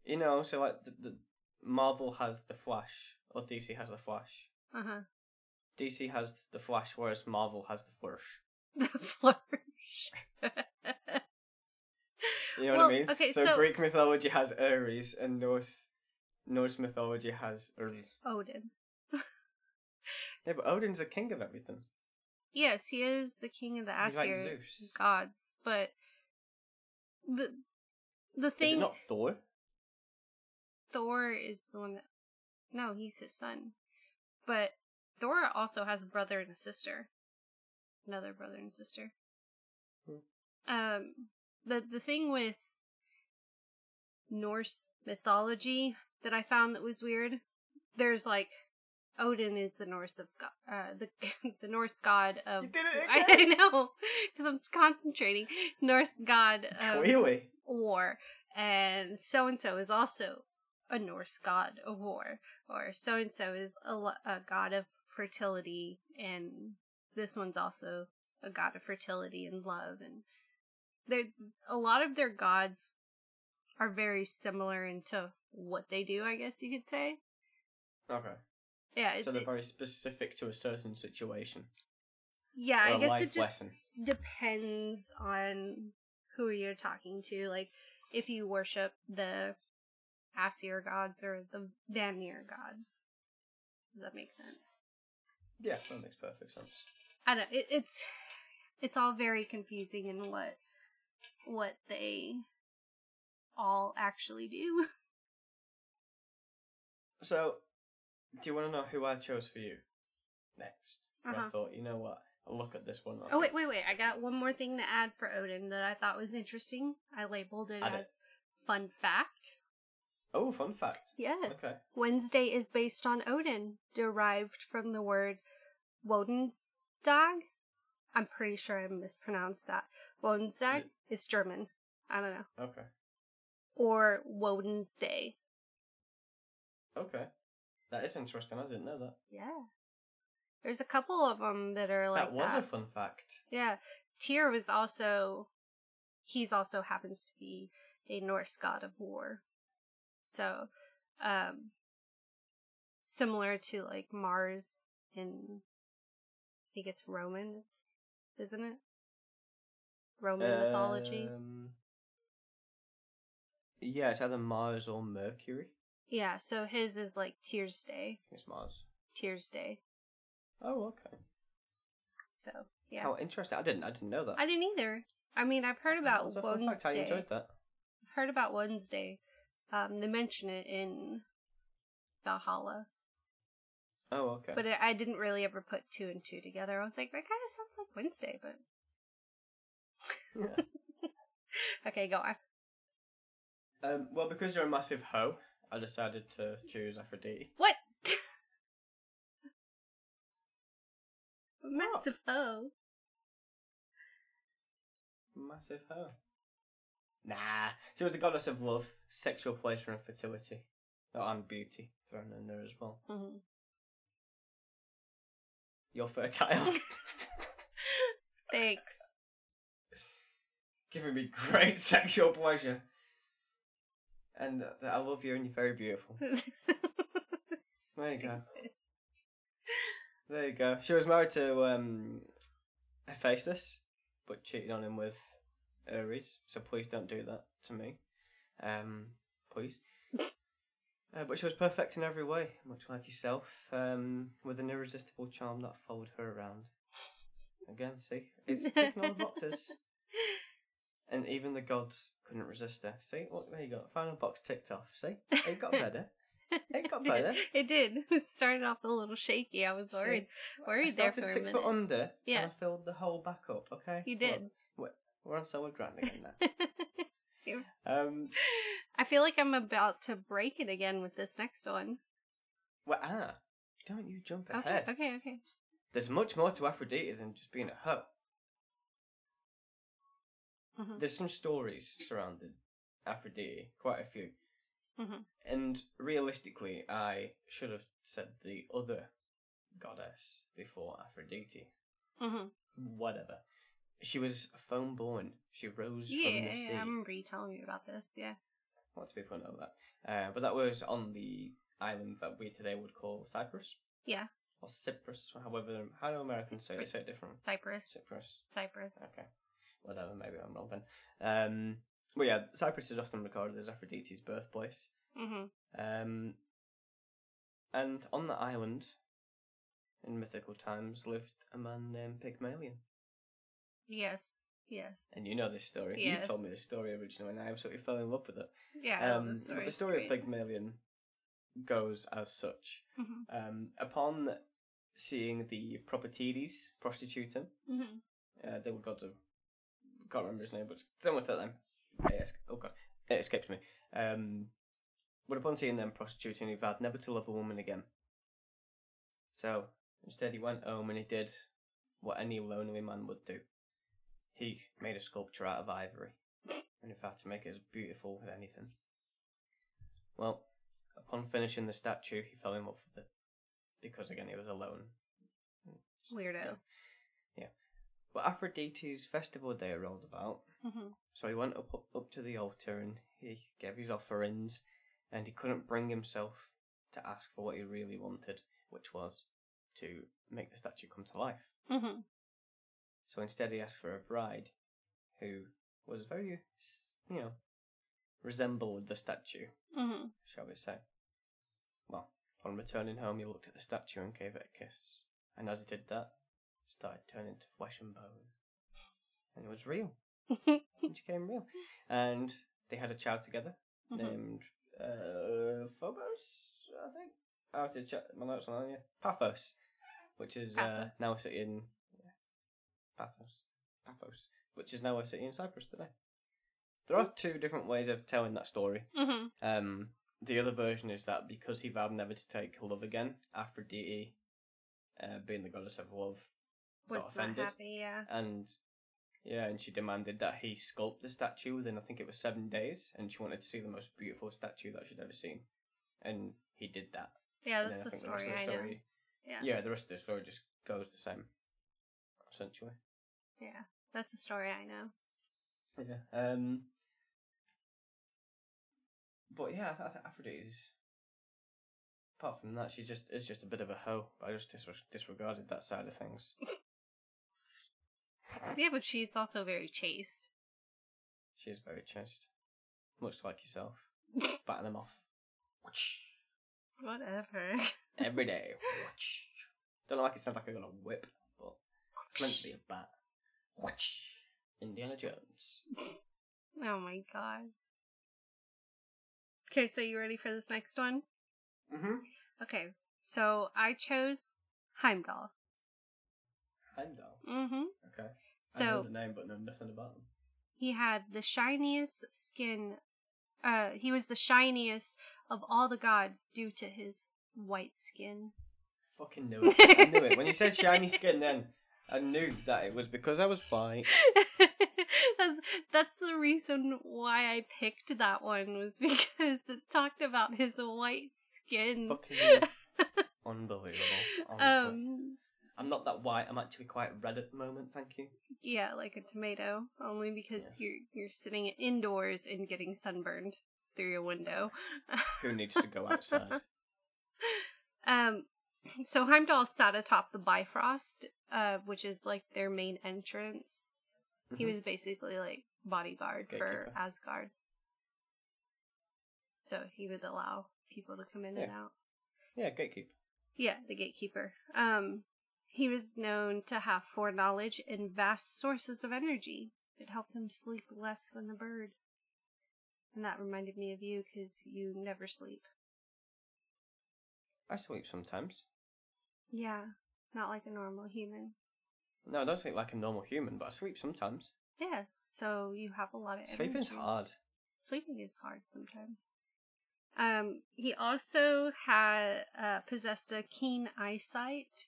Speaker 1: You know, so like the, the Marvel has the Flash, or DC has the Flash.
Speaker 2: Uh-huh. *laughs*
Speaker 1: DC has the Flash, whereas Marvel has the Flash.
Speaker 2: The flourish.
Speaker 1: You know what
Speaker 2: Well,
Speaker 1: I mean?
Speaker 2: okay, so-
Speaker 1: Greek mythology has Ares, and North Norse mythology has Earth.
Speaker 2: Odin.
Speaker 1: Yeah, but Odin's the king of everything.
Speaker 2: Yes, he is the king of the
Speaker 1: He's like
Speaker 2: Asir
Speaker 1: Zeus.
Speaker 2: gods, but the the
Speaker 1: Is it
Speaker 2: thing
Speaker 1: not Thor?
Speaker 2: Thor is the one that no, he's his son, but Thor also has a brother and a sister, another brother and sister.
Speaker 1: Hmm.
Speaker 2: Um, the the thing with Norse mythology that I found that was weird, there's like Odin is the Norse of go- uh, the *laughs* the Norse god of
Speaker 1: You did it
Speaker 2: *laughs* I, I
Speaker 1: again!
Speaker 2: know because I'm concentrating. Norse god of
Speaker 1: Clearly.
Speaker 2: war, and so and so is also a Norse god of war, or so and so is a, lo- a god of fertility, and this one's also a god of fertility and love, and there a lot of their gods are very similar into what they do. I guess you could say,
Speaker 1: Okay.
Speaker 2: yeah, it,
Speaker 1: So they're very specific to a certain situation.
Speaker 2: yeah.
Speaker 1: or
Speaker 2: I
Speaker 1: a
Speaker 2: guess
Speaker 1: life
Speaker 2: it just
Speaker 1: lesson.
Speaker 2: depends on who you're talking to. Like, if you worship the Asir gods or the Vanir gods, does that make sense?
Speaker 1: Yeah, that makes perfect sense.
Speaker 2: I don't. It, it's it's all very confusing in what what they all actually do. *laughs*
Speaker 1: So, do you want to know who I chose for you next? And I
Speaker 2: Uh-huh.
Speaker 1: thought, you know what? I'll look at this one.
Speaker 2: Oh wait, wait, wait! I got one more thing to add for Odin that I thought was interesting. I labeled it
Speaker 1: Add it.
Speaker 2: as fun fact.
Speaker 1: Oh, fun fact.
Speaker 2: Yes.
Speaker 1: Okay.
Speaker 2: Wednesday is based on Odin, derived from the word Wodenstag. I'm pretty sure I mispronounced that. Wodenstag
Speaker 1: Is
Speaker 2: is, German. I don't know.
Speaker 1: Okay.
Speaker 2: Or Woden's Day.
Speaker 1: Okay. That is interesting. I didn't know that.
Speaker 2: Yeah. There's a couple of them that are like
Speaker 1: that was
Speaker 2: that.
Speaker 1: a fun fact.
Speaker 2: yeah. Tyr was also. He's also happens to be a Norse god of war. So, um, similar to like Mars in, I think it's Roman, isn't it? Roman
Speaker 1: Uh,
Speaker 2: mythology.
Speaker 1: Um, yeah, it's either Mars or Mercury.
Speaker 2: Yeah, so his is like Tears Day,
Speaker 1: I think it's Mars.
Speaker 2: Tears Day.
Speaker 1: Oh, okay.
Speaker 2: So yeah,
Speaker 1: How interesting. I didn't. I didn't know that.
Speaker 2: I didn't either. I mean, I've heard about
Speaker 1: That's a fun
Speaker 2: Woden's
Speaker 1: fact. I
Speaker 2: Day.
Speaker 1: enjoyed that.
Speaker 2: I've heard about Wednesday. Um, they mention it in Valhalla,
Speaker 1: Oh, okay.
Speaker 2: but I I didn't really ever put two and two together. I was like, that kind of sounds like Wednesday, but
Speaker 1: Yeah.
Speaker 2: *laughs* okay, go on.
Speaker 1: um, well, because you're a massive hoe, I decided to choose Aphrodite.
Speaker 2: What?
Speaker 1: *laughs*
Speaker 2: Massive O.
Speaker 1: Massive hoe. Nah, she was the goddess of love, sexual pleasure, and fertility. Oh, and beauty thrown in there as well.
Speaker 2: Mhm.
Speaker 1: *laughs* You're fertile.
Speaker 2: Thanks.
Speaker 1: giving me *laughs* great sexual pleasure. And uh, I love you, and you're very beautiful. *laughs* There you go. There you go. She was married to um, a faceless, but cheated on him with Aries. So please don't do that to me, um, please. Uh, but she was perfect in every way, much like yourself, um, with an irresistible charm that followed her around. Again, see, it's ticking all the
Speaker 2: *laughs*
Speaker 1: boxes, and even the gods couldn't resist her. See, look, there you go. Final box ticked off. See, it
Speaker 2: *laughs*
Speaker 1: got better. It got better.
Speaker 2: It did. *laughs* It started off a little shaky. I was
Speaker 1: See?
Speaker 2: worried.
Speaker 1: I
Speaker 2: Worried there
Speaker 1: started
Speaker 2: for a
Speaker 1: six
Speaker 2: minute.
Speaker 1: foot under.
Speaker 2: Yeah.
Speaker 1: And I filled the whole back up. Okay.
Speaker 2: You
Speaker 1: Come on.
Speaker 2: did.
Speaker 1: We're on solid ground again now. um.
Speaker 2: *laughs* I feel like I'm about to break it again with this next one.
Speaker 1: Well, ah, don't you jump
Speaker 2: Okay,
Speaker 1: ahead.
Speaker 2: okay, okay.
Speaker 1: There's much more to Aphrodite than just being a hoe.
Speaker 2: Mhm.
Speaker 1: There's some stories surrounding Aphrodite, quite a few.
Speaker 2: Mhm.
Speaker 1: And realistically, I should have said the other goddess before Aphrodite.
Speaker 2: Mhm.
Speaker 1: Whatever. She was foam born. She rose from
Speaker 2: Yeah,
Speaker 1: the sea.
Speaker 2: yeah, I remember you telling me about this. Yeah.
Speaker 1: Lots of people know that. Uh, but that was on the island that we today would call Cyprus.
Speaker 2: Yeah.
Speaker 1: Or Cyprus, however, how do Americans say it? They say it different.
Speaker 2: Cyprus.
Speaker 1: Cyprus.
Speaker 2: Cyprus.
Speaker 1: Okay. Whatever, maybe I'm wrong then. Um, but yeah, Cyprus is often recorded as Aphrodite's birthplace.
Speaker 2: Mhm.
Speaker 1: Um, and on the island, in mythical times, lived a man named Pygmalion.
Speaker 2: Yes. Yes.
Speaker 1: And you know this story.
Speaker 2: Yes.
Speaker 1: You told me this story originally, and I absolutely fell in love with it.
Speaker 2: Yeah.
Speaker 1: um, but the story of Pygmalion goes as such.
Speaker 2: hmm
Speaker 1: Um, upon seeing the Propertides prostitute him,
Speaker 2: hmm
Speaker 1: uh, they were gods of. Can't remember his name, but someone tell them. It es- oh god, it escaped me. Um, but upon seeing them prostituting, he vowed never to love a woman again. So instead, he went home and he did what any lonely man would do. He made a sculpture out of ivory, and if had to make it as beautiful with anything. Well, upon finishing the statue, he fell in love with it because again he was alone.
Speaker 2: Weirdo.
Speaker 1: But Aphrodite's festival day rolled about,
Speaker 2: hmm
Speaker 1: so he went up, up up to the altar and he gave his offerings, and he couldn't bring himself to ask for what he really wanted, which was to make the statue come to life.
Speaker 2: hmm
Speaker 1: So instead, he asked for a bride, who was very, s- you know, resembled the statue,
Speaker 2: hmm *laughs*
Speaker 1: shall we say. Well, on returning home, he looked at the statue and gave it a kiss, and as he did that, it started turning to flesh and bone, and it was real. It became real. And they had a child together
Speaker 2: Mm-hmm.
Speaker 1: named uh, Phobos, I think. Oh, I have to check my notes on that, yeah. Paphos, which is Uh,
Speaker 2: Paphos.
Speaker 1: now a city in. Yeah. Paphos. Paphos, which is now a city in Cyprus today. There are two different ways of telling that story.
Speaker 2: hmm
Speaker 1: Um, the other version is that because he vowed never to take love again, Aphrodite, uh, being the goddess of love, got
Speaker 2: Was not
Speaker 1: offended
Speaker 2: happy. Yeah.
Speaker 1: and yeah, and she demanded that he sculpt the statue within I think it was seven days, and she wanted to see the most beautiful statue that she'd ever seen, and he did that.
Speaker 2: Yeah.
Speaker 1: And then
Speaker 2: That's
Speaker 1: I
Speaker 2: the
Speaker 1: think rest
Speaker 2: story.
Speaker 1: of
Speaker 2: I know. Yeah.
Speaker 1: yeah. the rest of the story just goes the same, essentially.
Speaker 2: Yeah. That's the story I know.
Speaker 1: Yeah. Um. But yeah, I, th- I think Aphrodite's. Apart from that, she's just is just a bit of a hoe. I just dis- disregarded that side of things.
Speaker 2: Yeah, but she's also very chaste.
Speaker 1: She is very chaste. Much like
Speaker 2: *laughs*
Speaker 1: yourself. Batting them off.
Speaker 2: Whatever. *laughs*
Speaker 1: Every day. Don't like it sounds like I got a whip, but it's meant to be a bat. Indiana Jones.
Speaker 2: Oh my god. Okay, so you ready for this next one?
Speaker 1: Mm-hmm.
Speaker 2: Okay, so I chose Heimdall.
Speaker 1: Heimdall.
Speaker 2: Mm-hmm.
Speaker 1: Okay. I know
Speaker 2: So
Speaker 1: the name, but know nothing about them.
Speaker 2: he had the shiniest skin. Uh, he was the shiniest of all the gods due to his white skin. *laughs*
Speaker 1: Fucking knew it. I knew it. When you said shiny skin, then I knew that it was because I was white.
Speaker 2: that's that's the reason why I picked that one was *laughs* because it talked about his white skin. *laughs*
Speaker 1: Fucking unbelievable. Honestly.
Speaker 2: Um,
Speaker 1: I'm not that white. I'm actually quite red at the moment. Thank you.
Speaker 2: Yeah, like a tomato, only because
Speaker 1: Yes.
Speaker 2: you're you're sitting indoors and getting sunburned through your window.
Speaker 1: Who needs to go
Speaker 2: *laughs*
Speaker 1: outside?
Speaker 2: Um, so Heimdall sat atop the Bifrost, uh, which is like their main entrance. He
Speaker 1: Mhm.
Speaker 2: was basically like bodyguard for
Speaker 1: Gatekeeper.
Speaker 2: Asgard. So he would allow people to come in and out.
Speaker 1: yeah, gatekeeper.
Speaker 2: Yeah, the gatekeeper. Um, he was known to have foreknowledge and vast sources of energy. It helped him sleep less than a bird. And that reminded me of you because you never sleep.
Speaker 1: I sleep sometimes.
Speaker 2: Yeah, not like a normal human.
Speaker 1: No, I don't sleep like a normal human, but I sleep sometimes.
Speaker 2: Yeah, so you have a lot of
Speaker 1: Sleeping's
Speaker 2: energy.
Speaker 1: hard.
Speaker 2: Sleeping is hard sometimes. Um, he also had uh, possessed a keen eyesight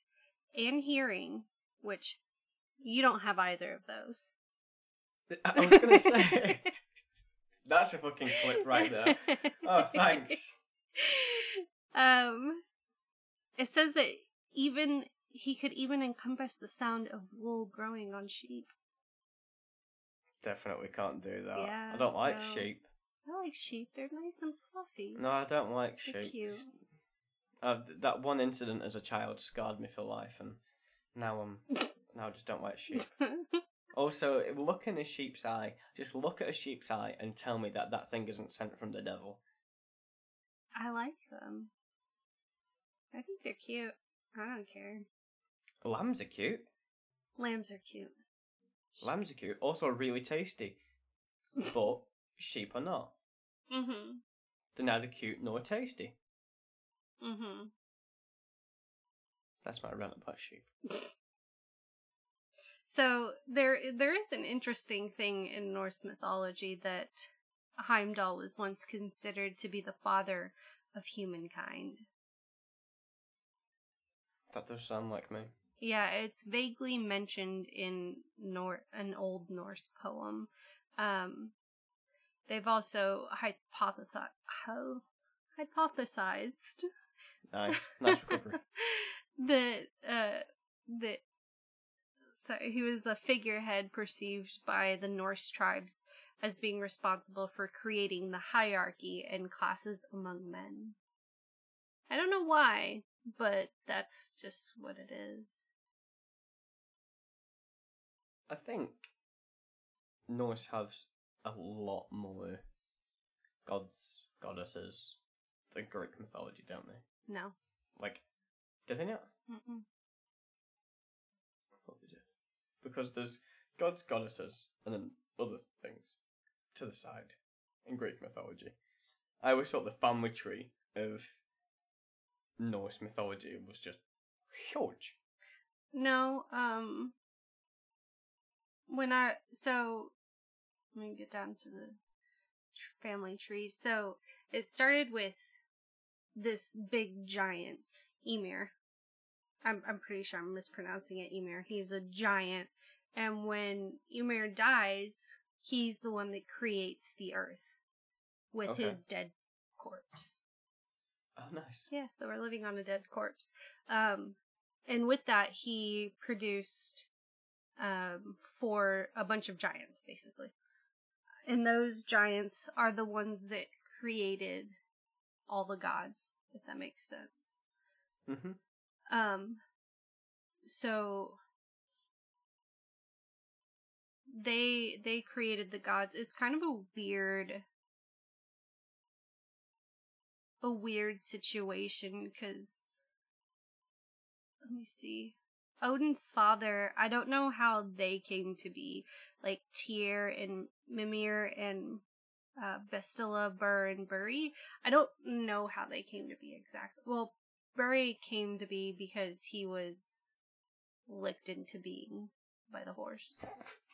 Speaker 2: and hearing, which you don't have either of those.
Speaker 1: *laughs* I I was gonna say *laughs* that's a fucking clip right there.
Speaker 2: *laughs*
Speaker 1: *laughs* Oh, thanks.
Speaker 2: Um, it says that even he could even encompass the sound of wool growing on sheep.
Speaker 1: Definitely can't do that.
Speaker 2: Yeah,
Speaker 1: I don't like
Speaker 2: no.
Speaker 1: sheep.
Speaker 2: I like sheep; they're nice and fluffy.
Speaker 1: No, I don't like
Speaker 2: They're
Speaker 1: sheep.
Speaker 2: cute.
Speaker 1: It's- Uh, th- that one incident as a child scarred me for life, and now *laughs* I'm now I just don't like sheep. *laughs*
Speaker 2: *laughs*
Speaker 1: Also, look in a sheep's eye. Just look at a sheep's eye and tell me that that thing isn't sent from the devil.
Speaker 2: I like them. I think they're cute. I don't care.
Speaker 1: Lambs are cute.
Speaker 2: Lambs are cute.
Speaker 1: Lambs are cute. Also, really tasty. But sheep are not.
Speaker 2: Mhm.
Speaker 1: They're neither cute nor tasty.
Speaker 2: Mhm.
Speaker 1: That's my rant about sheep.
Speaker 2: So there there is an interesting thing in Norse mythology that Heimdall was once considered to be the father of humankind.
Speaker 1: That does sound like me.
Speaker 2: Yeah, it's vaguely mentioned in Nor- an old Norse poem. Um, they've also hypothesi- ho- hypothesized
Speaker 1: Nice, nice recovery.
Speaker 2: *laughs*
Speaker 1: *laughs*
Speaker 2: that uh that so he was a figurehead perceived by the Norse tribes as being responsible for creating the hierarchy and classes among men. I don't know why, but that's just what it is.
Speaker 1: I think Norse has a lot more gods, goddesses than Greek mythology, don't they?
Speaker 2: No.
Speaker 1: Like, do they not?
Speaker 2: Mm-mm.
Speaker 1: I thought they did. Because there's gods, goddesses, and then other things to the side in Greek mythology. I always thought the family tree of Norse mythology was just huge.
Speaker 2: No, um when I so let me get down to the tr- family tree. So it started with this big giant Emir. I'm I'm pretty sure I'm mispronouncing it Emir. He's a giant and when Emir dies, he's the one that creates the earth with
Speaker 1: Okay.
Speaker 2: his dead corpse.
Speaker 1: Oh, nice.
Speaker 2: Yeah, so we're living on a dead corpse. Um, and with that, he produced um, for a bunch of giants, basically. And those giants are the ones that created all the gods, if that makes sense.
Speaker 1: hmm
Speaker 2: Um, so they they created the gods. It's kind of a weird a weird situation cuz let me see. Odin's father, I don't know how they came to be. Like Tyr and Mimir and uh, Bestila, Burr, and Buri. I don't know how they came to be exactly. Well, Buri came to be because he was licked into being by the horse.
Speaker 1: *laughs*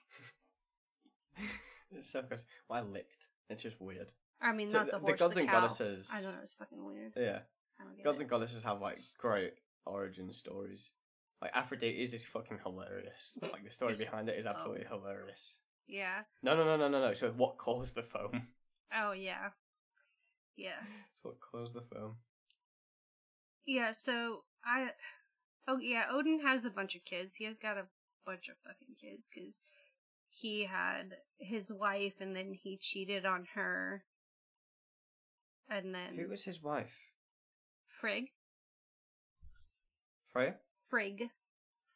Speaker 1: it's so good. Why licked? It's just weird.
Speaker 2: I mean,
Speaker 1: So
Speaker 2: not the,
Speaker 1: the- the
Speaker 2: horse,
Speaker 1: gods
Speaker 2: the
Speaker 1: and
Speaker 2: cow.
Speaker 1: goddesses-
Speaker 2: I don't know. It's fucking weird.
Speaker 1: Yeah.
Speaker 2: I don't get
Speaker 1: Gods
Speaker 2: it.
Speaker 1: and goddesses have like great origin stories. Like Aphrodite's is fucking hilarious. Like the story
Speaker 2: It's-
Speaker 1: behind it is absolutely
Speaker 2: oh.
Speaker 1: hilarious.
Speaker 2: yeah.
Speaker 1: No, no, no, no, no, no. So what caused the foam? *laughs*
Speaker 2: Oh yeah. Yeah.
Speaker 1: It's what caused the foam.
Speaker 2: Yeah. So I, Oh yeah, Odin has a bunch of kids. He has got a bunch of fucking kids because he had his wife, and then he cheated on her, and then
Speaker 1: Who was his wife?
Speaker 2: Frigg,
Speaker 1: Freya?
Speaker 2: Frigg,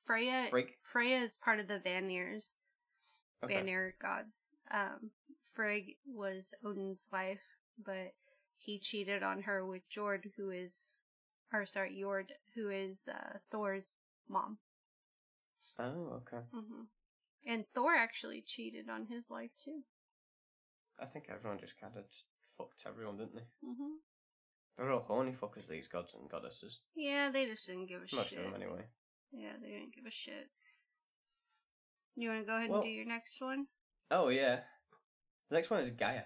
Speaker 2: Freya.
Speaker 1: Frigg?
Speaker 2: Freya is part of the Vanir.'s
Speaker 1: Okay.
Speaker 2: Vanir gods. Um, Frigg was Odin's wife, but he cheated on her with Jord, who is, or sorry, Jord, who is uh, Thor's mom.
Speaker 1: Oh, okay.
Speaker 2: hmm And Thor actually cheated on his wife too.
Speaker 1: I think everyone just kind of fucked everyone, didn't they?
Speaker 2: hmm
Speaker 1: They're all horny fuckers, these gods and goddesses.
Speaker 2: Yeah, they just didn't give a
Speaker 1: Most
Speaker 2: shit.
Speaker 1: of them, anyway.
Speaker 2: Yeah, they didn't give a shit. You want to go ahead
Speaker 1: Well-
Speaker 2: and do your next one,
Speaker 1: Oh, yeah. The next one is Gaia.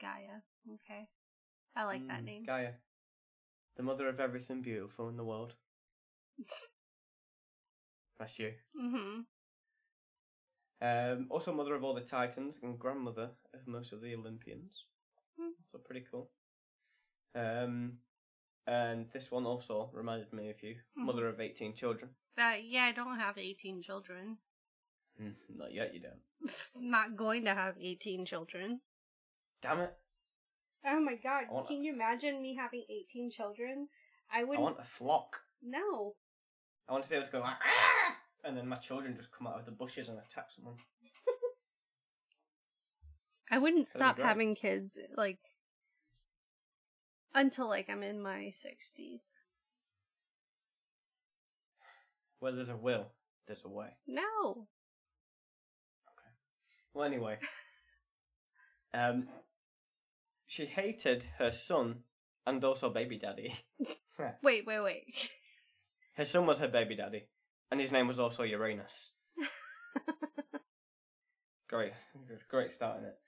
Speaker 2: Gaia? Okay, I like that
Speaker 1: Mm,
Speaker 2: name.
Speaker 1: Gaia. The mother of everything beautiful in the
Speaker 2: *laughs*
Speaker 1: world. That's you.
Speaker 2: hmm
Speaker 1: Um, also, mother of all the Titans and grandmother of most of the Olympians.
Speaker 2: Hmm.
Speaker 1: So pretty cool. Um, and this one also reminded me of you,
Speaker 2: Mhm.
Speaker 1: mother of eighteen children.
Speaker 2: But yeah, I don't have eighteen children.
Speaker 1: Hmm, Not yet, you don't.
Speaker 2: Not going to have eighteen children.
Speaker 1: Damn it!
Speaker 2: Oh my god!
Speaker 1: I wanna-
Speaker 2: Can you imagine me having eighteen children? I
Speaker 1: I
Speaker 2: wouldn't.
Speaker 1: want a flock.
Speaker 2: no.
Speaker 1: I want to be able to go like, "Ah!" and then my children just come out of the bushes and attack someone.
Speaker 2: I wouldn't
Speaker 1: That'd be
Speaker 2: stop
Speaker 1: great.
Speaker 2: having kids like until like I'm in my sixties.
Speaker 1: Where there's a will, there's a way.
Speaker 2: No.
Speaker 1: Well, anyway, um, she hated her son and also baby daddy.
Speaker 2: Wait, wait, wait. *laughs*
Speaker 1: His son was her baby daddy, and his name was also Uranus. great, it's a great start in it.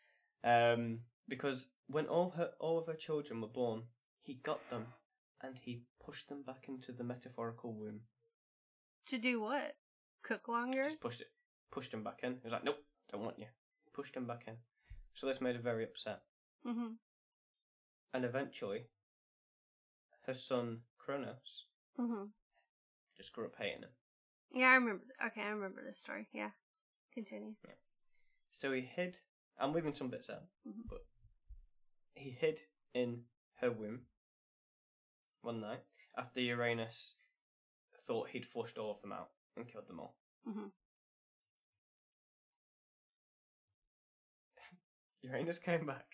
Speaker 1: Um, because when all her all of her children were born, he got them, and he pushed them back into the metaphorical womb.
Speaker 2: to do what? Cook longer?
Speaker 1: Just pushed it, pushed him back in. He was like, "Nope, don't want you." Pushed him back in. So this made her very upset,
Speaker 2: hmm
Speaker 1: and eventually, her son Kronos
Speaker 2: hmm
Speaker 1: just grew up hating him.
Speaker 2: Yeah, I remember. Okay, I remember this story. Yeah. Continue.
Speaker 1: So he hid. I'm leaving some bits out,
Speaker 2: Mhm.
Speaker 1: but he hid in her womb one night after Uranus thought he'd flushed all of them out and killed them all.
Speaker 2: Mhm.
Speaker 1: Uranus came back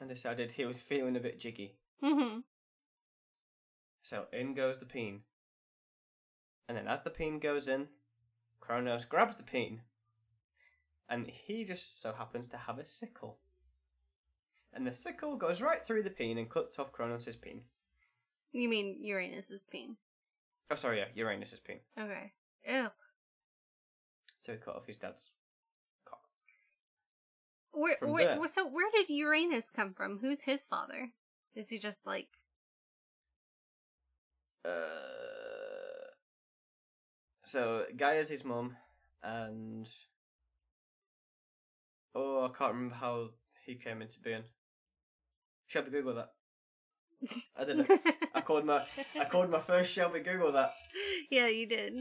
Speaker 1: and decided he was feeling a bit jiggy.
Speaker 2: hmm
Speaker 1: So in goes the peen. And then as the peen goes in, Kronos grabs the peen. And he just so happens to have a sickle. And the sickle goes right through the peen and cuts off Kronos' peen.
Speaker 2: You mean Uranus's peen?
Speaker 1: Oh, sorry, yeah, Uranus' peen.
Speaker 2: Okay. Ew.
Speaker 1: So he cut off his dad's cock.
Speaker 2: Where,
Speaker 1: From
Speaker 2: where,
Speaker 1: there.
Speaker 2: so where did Uranus come from? Who's his father? Is he just like
Speaker 1: Uh, so Gaia's his mum, and oh, I can't remember how he came into being. Shelby, Google that. I don't know.
Speaker 2: *laughs*
Speaker 1: I called my I called my first Shelby Google that,
Speaker 2: Yeah, you did.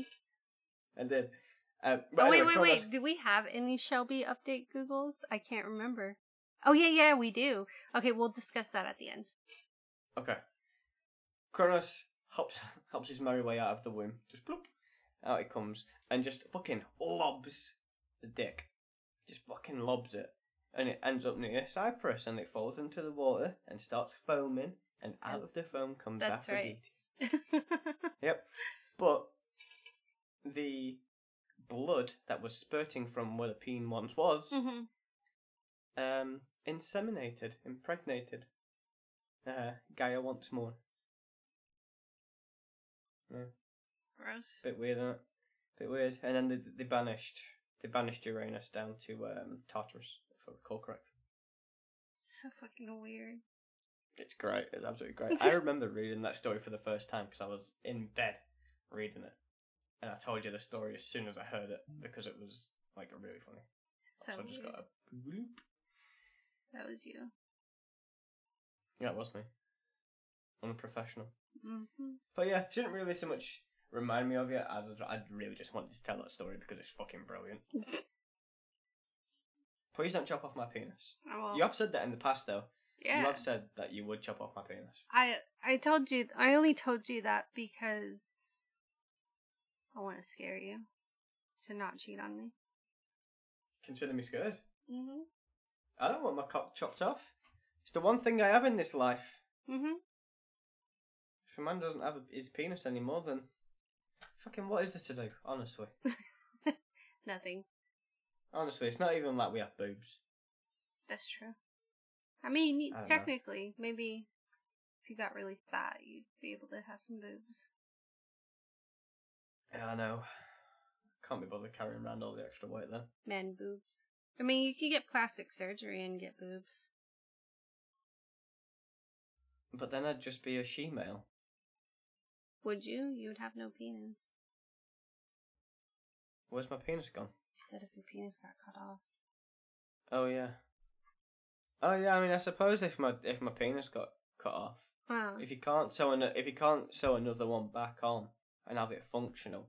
Speaker 1: and then. Um, but
Speaker 2: Oh wait,
Speaker 1: anyway,
Speaker 2: wait,
Speaker 1: Kronos-
Speaker 2: wait. Do we have any Shelby update Googles? I can't remember. Oh yeah, yeah, we do. Okay, we'll discuss that at the end. *laughs*
Speaker 1: Okay. Kronos *laughs* hops hops his merry way out of the womb. Just bloop. Out it comes. And just fucking lobs the dick. Just fucking lobs it. And it ends up near Cyprus and it falls into the water and starts foaming and out of the foam comes
Speaker 2: That's right.
Speaker 1: Aphrodite. Yep. But the blood that was spurting from where the peen once was
Speaker 2: hmm Mm-hmm.
Speaker 1: um, inseminated, impregnated uh, Gaia once more.
Speaker 2: Gross.
Speaker 1: Bit weird, isn't it? Bit weird. And then they, they banished they banished Uranus down to um, Tartarus, if I recall correct.
Speaker 2: So fucking weird.
Speaker 1: It's great. It's absolutely *laughs* great. I remember reading that story for the first time because I was in bed reading it, and I told you the story as soon as I heard it because it was like really funny.
Speaker 2: So,
Speaker 1: Oh, I just
Speaker 2: weird.
Speaker 1: got a whoop.
Speaker 2: That was you.
Speaker 1: Yeah, it was me. I'm a professional.
Speaker 2: hmm Mm-hmm.
Speaker 1: But yeah, shouldn't really so much remind me of you as a, I really just wanted to tell that story because it's fucking brilliant. Please don't chop off my penis.
Speaker 2: I will.
Speaker 1: You have said that in the past, though.
Speaker 2: Oh, yeah.
Speaker 1: You have said that you would chop off my penis.
Speaker 2: I I told you I only told you that because I want to scare you to not cheat on me.
Speaker 1: Consider me scared.
Speaker 2: Mhm.
Speaker 1: I don't want my cock chopped off. It's the one thing I have in this life.
Speaker 2: Mhm.
Speaker 1: If a man doesn't have his penis anymore, then fucking what is there to do? Honestly,
Speaker 2: Nothing.
Speaker 1: honestly, it's not even like we have boobs.
Speaker 2: That's true. I mean,
Speaker 1: I don't know.
Speaker 2: technically, maybe if you got really fat, you'd be able to have some boobs.
Speaker 1: Yeah, I know. Can't be bothered carrying around all the extra weight then.
Speaker 2: Man boobs. I mean, you could get plastic surgery and get boobs.
Speaker 1: But then I'd just be a she male.
Speaker 2: Would you? You would have no penis.
Speaker 1: Where's my penis gone?
Speaker 2: You said if your penis got cut off.
Speaker 1: Oh yeah. Oh yeah. I mean, I suppose if my if my penis got cut off,
Speaker 2: Wow.
Speaker 1: if you can't sew an, if you can't sew another one back on and have it functional,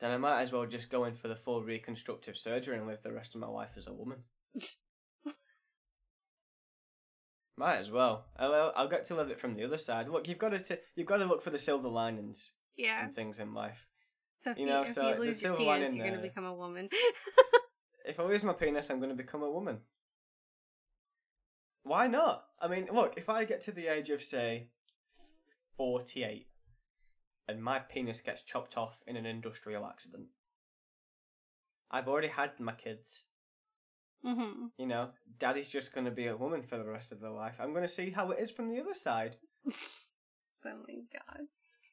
Speaker 1: then I might as well just go in for the full reconstructive surgery and live the rest of my life as a woman. might as well. I'll- I'll, I'll get to live it from the other side. Look, you've got to t- you've got to look for the silver linings
Speaker 2: yeah.
Speaker 1: and things in life.
Speaker 2: So if
Speaker 1: you
Speaker 2: you,
Speaker 1: know,
Speaker 2: if
Speaker 1: so
Speaker 2: you
Speaker 1: the
Speaker 2: lose your
Speaker 1: silver lining
Speaker 2: penis, you're going
Speaker 1: there-
Speaker 2: to become a woman. *laughs*
Speaker 1: If I lose my penis, I'm going to become a woman. Why not? I mean, look, if I get to the age of, say, 48 and my penis gets chopped off in an industrial accident, I've already had my kids.
Speaker 2: hmm
Speaker 1: You know, daddy's just going to be a woman for the rest of their life. I'm going to see how it is from the other side.
Speaker 2: *laughs* oh my god.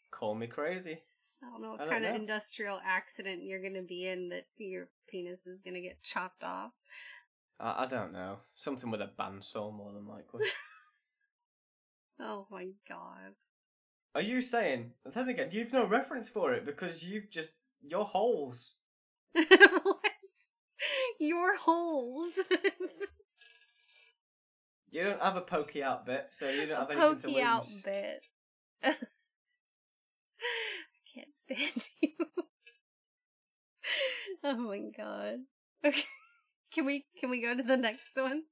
Speaker 1: Call me crazy.
Speaker 2: I don't know
Speaker 1: I
Speaker 2: what
Speaker 1: don't
Speaker 2: kind of
Speaker 1: know.
Speaker 2: industrial accident you're going to be in that your penis is going to get chopped off.
Speaker 1: I, I don't know. Something with a bandsaw, more than likely.
Speaker 2: Oh my god. *laughs*
Speaker 1: Are you saying? Then again, you've no reference for it because you've just your holes.
Speaker 2: what? Your holes.
Speaker 1: You don't have a pokey out bit, so *laughs* you don't have
Speaker 2: A
Speaker 1: anything to
Speaker 2: pokey
Speaker 1: lose.
Speaker 2: out bit. *laughs* I can't stand *laughs* you. oh my god. Okay. Can we can we go to the next one?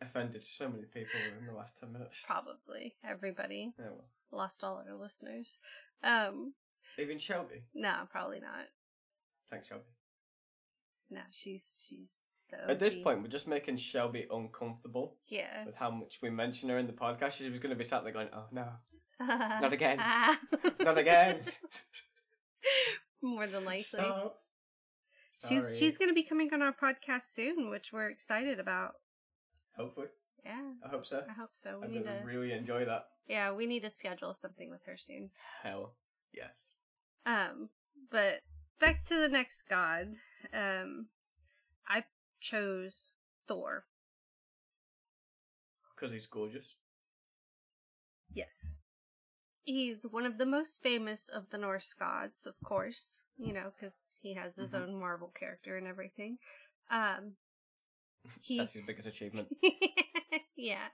Speaker 1: Offended so many people in the last ten minutes.
Speaker 2: Probably. Everybody.
Speaker 1: Yeah, well.
Speaker 2: Lost all our listeners. Um
Speaker 1: Even Shelby.
Speaker 2: nah, probably not.
Speaker 1: Thanks, Shelby.
Speaker 2: No, she's she's the
Speaker 1: At this
Speaker 2: OG.
Speaker 1: point, we're just making Shelby uncomfortable
Speaker 2: Yeah.
Speaker 1: with how much we mention her in the podcast. She was going to be sat there going, "Oh no,
Speaker 2: Not *laughs*
Speaker 1: again. not again."
Speaker 2: More than likely.
Speaker 1: Stop. Sorry.
Speaker 2: She's she's gonna be coming on our podcast soon, which we're excited about.
Speaker 1: Hopefully,
Speaker 2: Yeah.
Speaker 1: I hope so.
Speaker 2: I hope so. We
Speaker 1: I'm
Speaker 2: need
Speaker 1: going to
Speaker 2: to
Speaker 1: really enjoy that.
Speaker 2: Yeah, we need to schedule something with her soon.
Speaker 1: Hell yes.
Speaker 2: Um, but back to the next god. Um, I chose Thor.
Speaker 1: Because he's gorgeous.
Speaker 2: Yes. He's one of the most famous of the Norse gods, of course, you know, because he has his
Speaker 1: Mhm.
Speaker 2: own Marvel character and everything. Um,
Speaker 1: *laughs*
Speaker 2: he,
Speaker 1: That's his biggest achievement.
Speaker 2: *laughs* yeah.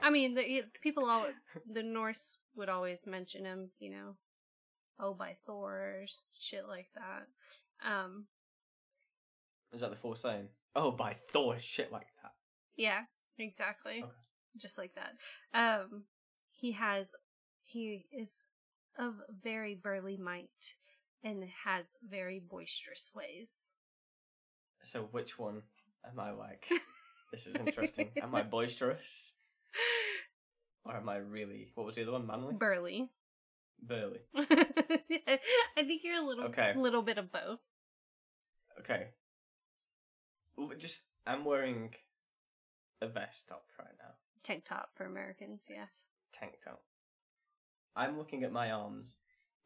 Speaker 2: I mean, the he- people all the Norse would always mention him, you know, oh by Thor, or shit like that. Um,
Speaker 1: Is that the full saying? Oh, by Thor, shit like that.
Speaker 2: yeah, exactly,
Speaker 1: Okay.
Speaker 2: just like that. Um, he has, he is of very burly might and has very boisterous
Speaker 1: *laughs*
Speaker 2: ways.
Speaker 1: So, which one am I like? this is interesting. Am I boisterous? Or am I really. What was the other one? Manly?
Speaker 2: Burly. *laughs*
Speaker 1: Burly.
Speaker 2: I think you're a little,
Speaker 1: Okay.
Speaker 2: little bit of both.
Speaker 1: Okay. L- Just. I'm wearing a vest top right now.
Speaker 2: Tank top for Americans, yes.
Speaker 1: Tank top. I'm looking at my arms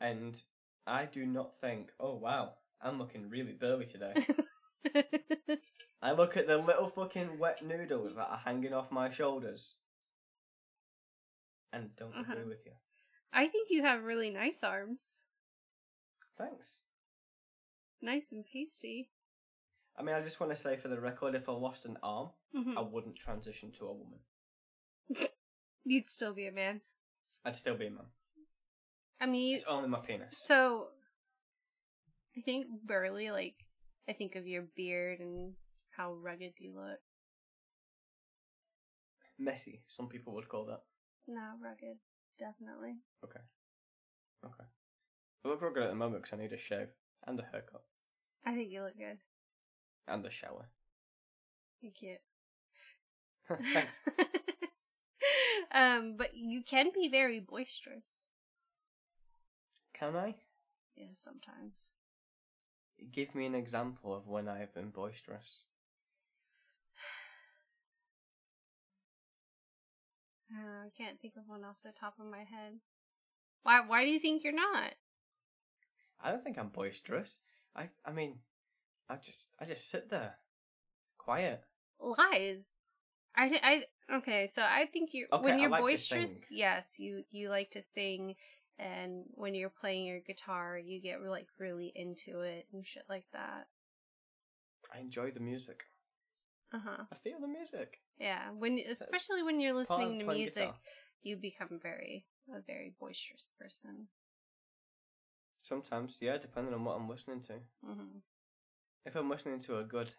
Speaker 1: and I do not think, oh wow, I'm looking really burly
Speaker 2: *laughs*
Speaker 1: today. I look at the little fucking wet noodles that are hanging off my shoulders and don't
Speaker 2: Uh-huh.
Speaker 1: agree with you.
Speaker 2: *laughs* I think you have really nice arms.
Speaker 1: Thanks.
Speaker 2: Nice and pasty.
Speaker 1: I mean, I just want to say for the record, if I lost an arm,
Speaker 2: Mhm.
Speaker 1: I wouldn't transition to a woman.
Speaker 2: You'd still be a man.
Speaker 1: I'd still be a man.
Speaker 2: I mean, you,
Speaker 1: It's only my penis.
Speaker 2: so I think burly, like I think of your beard and how rugged you look.
Speaker 1: Messy, some people would call that.
Speaker 2: No, rugged, definitely.
Speaker 1: Okay. I look rugged at the moment because I need a shave and a haircut
Speaker 2: I think you look good.
Speaker 1: and a shower. *laughs*
Speaker 2: You're cute.
Speaker 1: Thanks.
Speaker 2: *laughs* um, but you can be very boisterous.
Speaker 1: Can I?
Speaker 2: Yeah, sometimes.
Speaker 1: Give me an example of when I have been boisterous.
Speaker 2: Uh, I can't think of one off the top of my head. Why? Why do you think you're not?
Speaker 1: I don't think I'm boisterous. I I mean, I just I just sit there, quiet.
Speaker 2: Lies. I. thi- I. Okay. So I think you. are
Speaker 1: Okay, I
Speaker 2: when you're
Speaker 1: like to
Speaker 2: boisterous,
Speaker 1: sing.
Speaker 2: yes, you you like to sing, and when you're playing your guitar, you get like really into it and shit like that.
Speaker 1: I enjoy the music.
Speaker 2: Uh huh.
Speaker 1: I feel the music.
Speaker 2: Yeah. When especially when you're listening to
Speaker 1: Playing
Speaker 2: music,
Speaker 1: guitar.
Speaker 2: you become very a very boisterous person.
Speaker 1: Sometimes, yeah, depending on what I'm listening to.
Speaker 2: hmm
Speaker 1: If I'm listening to a good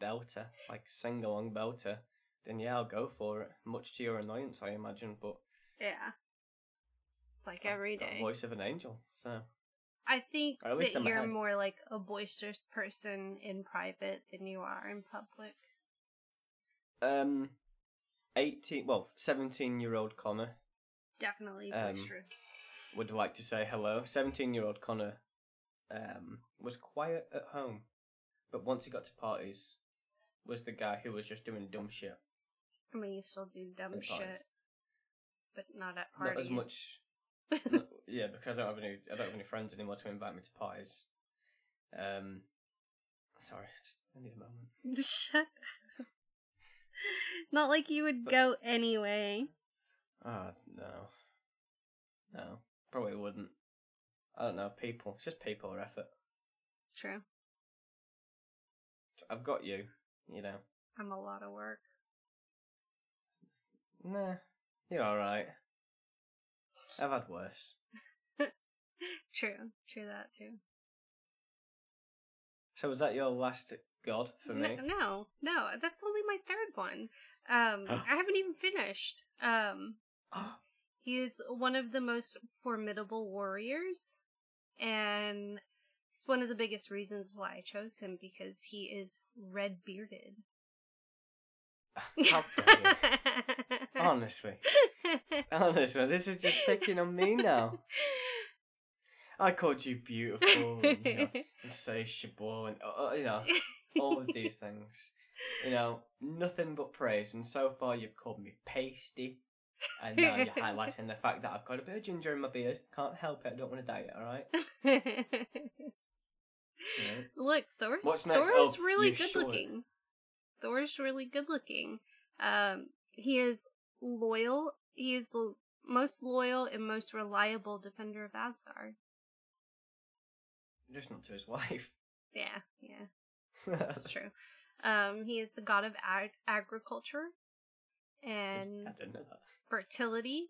Speaker 1: belter, like sing along belter, then yeah, I'll go for it. Much to your annoyance, I imagine, but
Speaker 2: Yeah. It's like
Speaker 1: I've
Speaker 2: every
Speaker 1: got the
Speaker 2: day.
Speaker 1: voice of an angel, so
Speaker 2: I think
Speaker 1: Or at least
Speaker 2: that
Speaker 1: in my
Speaker 2: you're
Speaker 1: head.
Speaker 2: more like a boisterous person in private than you are in public.
Speaker 1: um, eighteen, well, seventeen-year-old Connor
Speaker 2: Definitely
Speaker 1: Um,
Speaker 2: boisterous.
Speaker 1: would like to say hello. Seventeen-year-old Connor um, was quiet at home, but once he got to parties, was the guy who was just doing dumb shit.
Speaker 2: I mean, you still do dumb
Speaker 1: at
Speaker 2: shit,
Speaker 1: parties.
Speaker 2: but not at
Speaker 1: Not
Speaker 2: parties.
Speaker 1: as
Speaker 2: *laughs*
Speaker 1: much No, yeah, because I don't have any. I don't have any friends anymore to invite me to parties. Um, sorry, just I need a moment.
Speaker 2: *laughs* Shut up. Not like you would go anyway.
Speaker 1: Ah, no, no, probably wouldn't. I don't know. People, it's just people or effort.
Speaker 2: True.
Speaker 1: I've got you. You know,
Speaker 2: I'm a lot of work. *laughs*
Speaker 1: nah, you're all right. I've had worse.
Speaker 2: True. True that too.
Speaker 1: So was that your last god for me? *gasps*
Speaker 2: N- no, no, that's only my third one. Um, I haven't even finished. Um, He is one of the most formidable warriors, and it's one of the biggest reasons why I chose him because he is red bearded.
Speaker 1: How dare
Speaker 2: *laughs*
Speaker 1: you? Honestly, honestly, this is just picking
Speaker 2: *laughs*
Speaker 1: on me now. I called you beautiful. you
Speaker 2: *laughs*
Speaker 1: know, insatiable and uh, uh, you know all of these things you know nothing but praise and so far you've called me pasty and now
Speaker 2: *laughs*
Speaker 1: you're highlighting the fact that i've got a bit of ginger in my beard can't help it i don't want to dye it all right You
Speaker 2: *laughs*
Speaker 1: know?
Speaker 2: Look, Thor's
Speaker 1: What's next
Speaker 2: Thor's
Speaker 1: up,
Speaker 2: really
Speaker 1: you
Speaker 2: good
Speaker 1: short?
Speaker 2: looking. Thor's really good looking. Um, he is loyal. He is the most loyal and most reliable defender of Asgard.
Speaker 1: just not to his wife *laughs*
Speaker 2: Yeah, yeah, that's
Speaker 1: that's
Speaker 2: true. Um, he is the god of ag- agriculture
Speaker 1: i
Speaker 2: and
Speaker 1: didn't know that
Speaker 2: fertility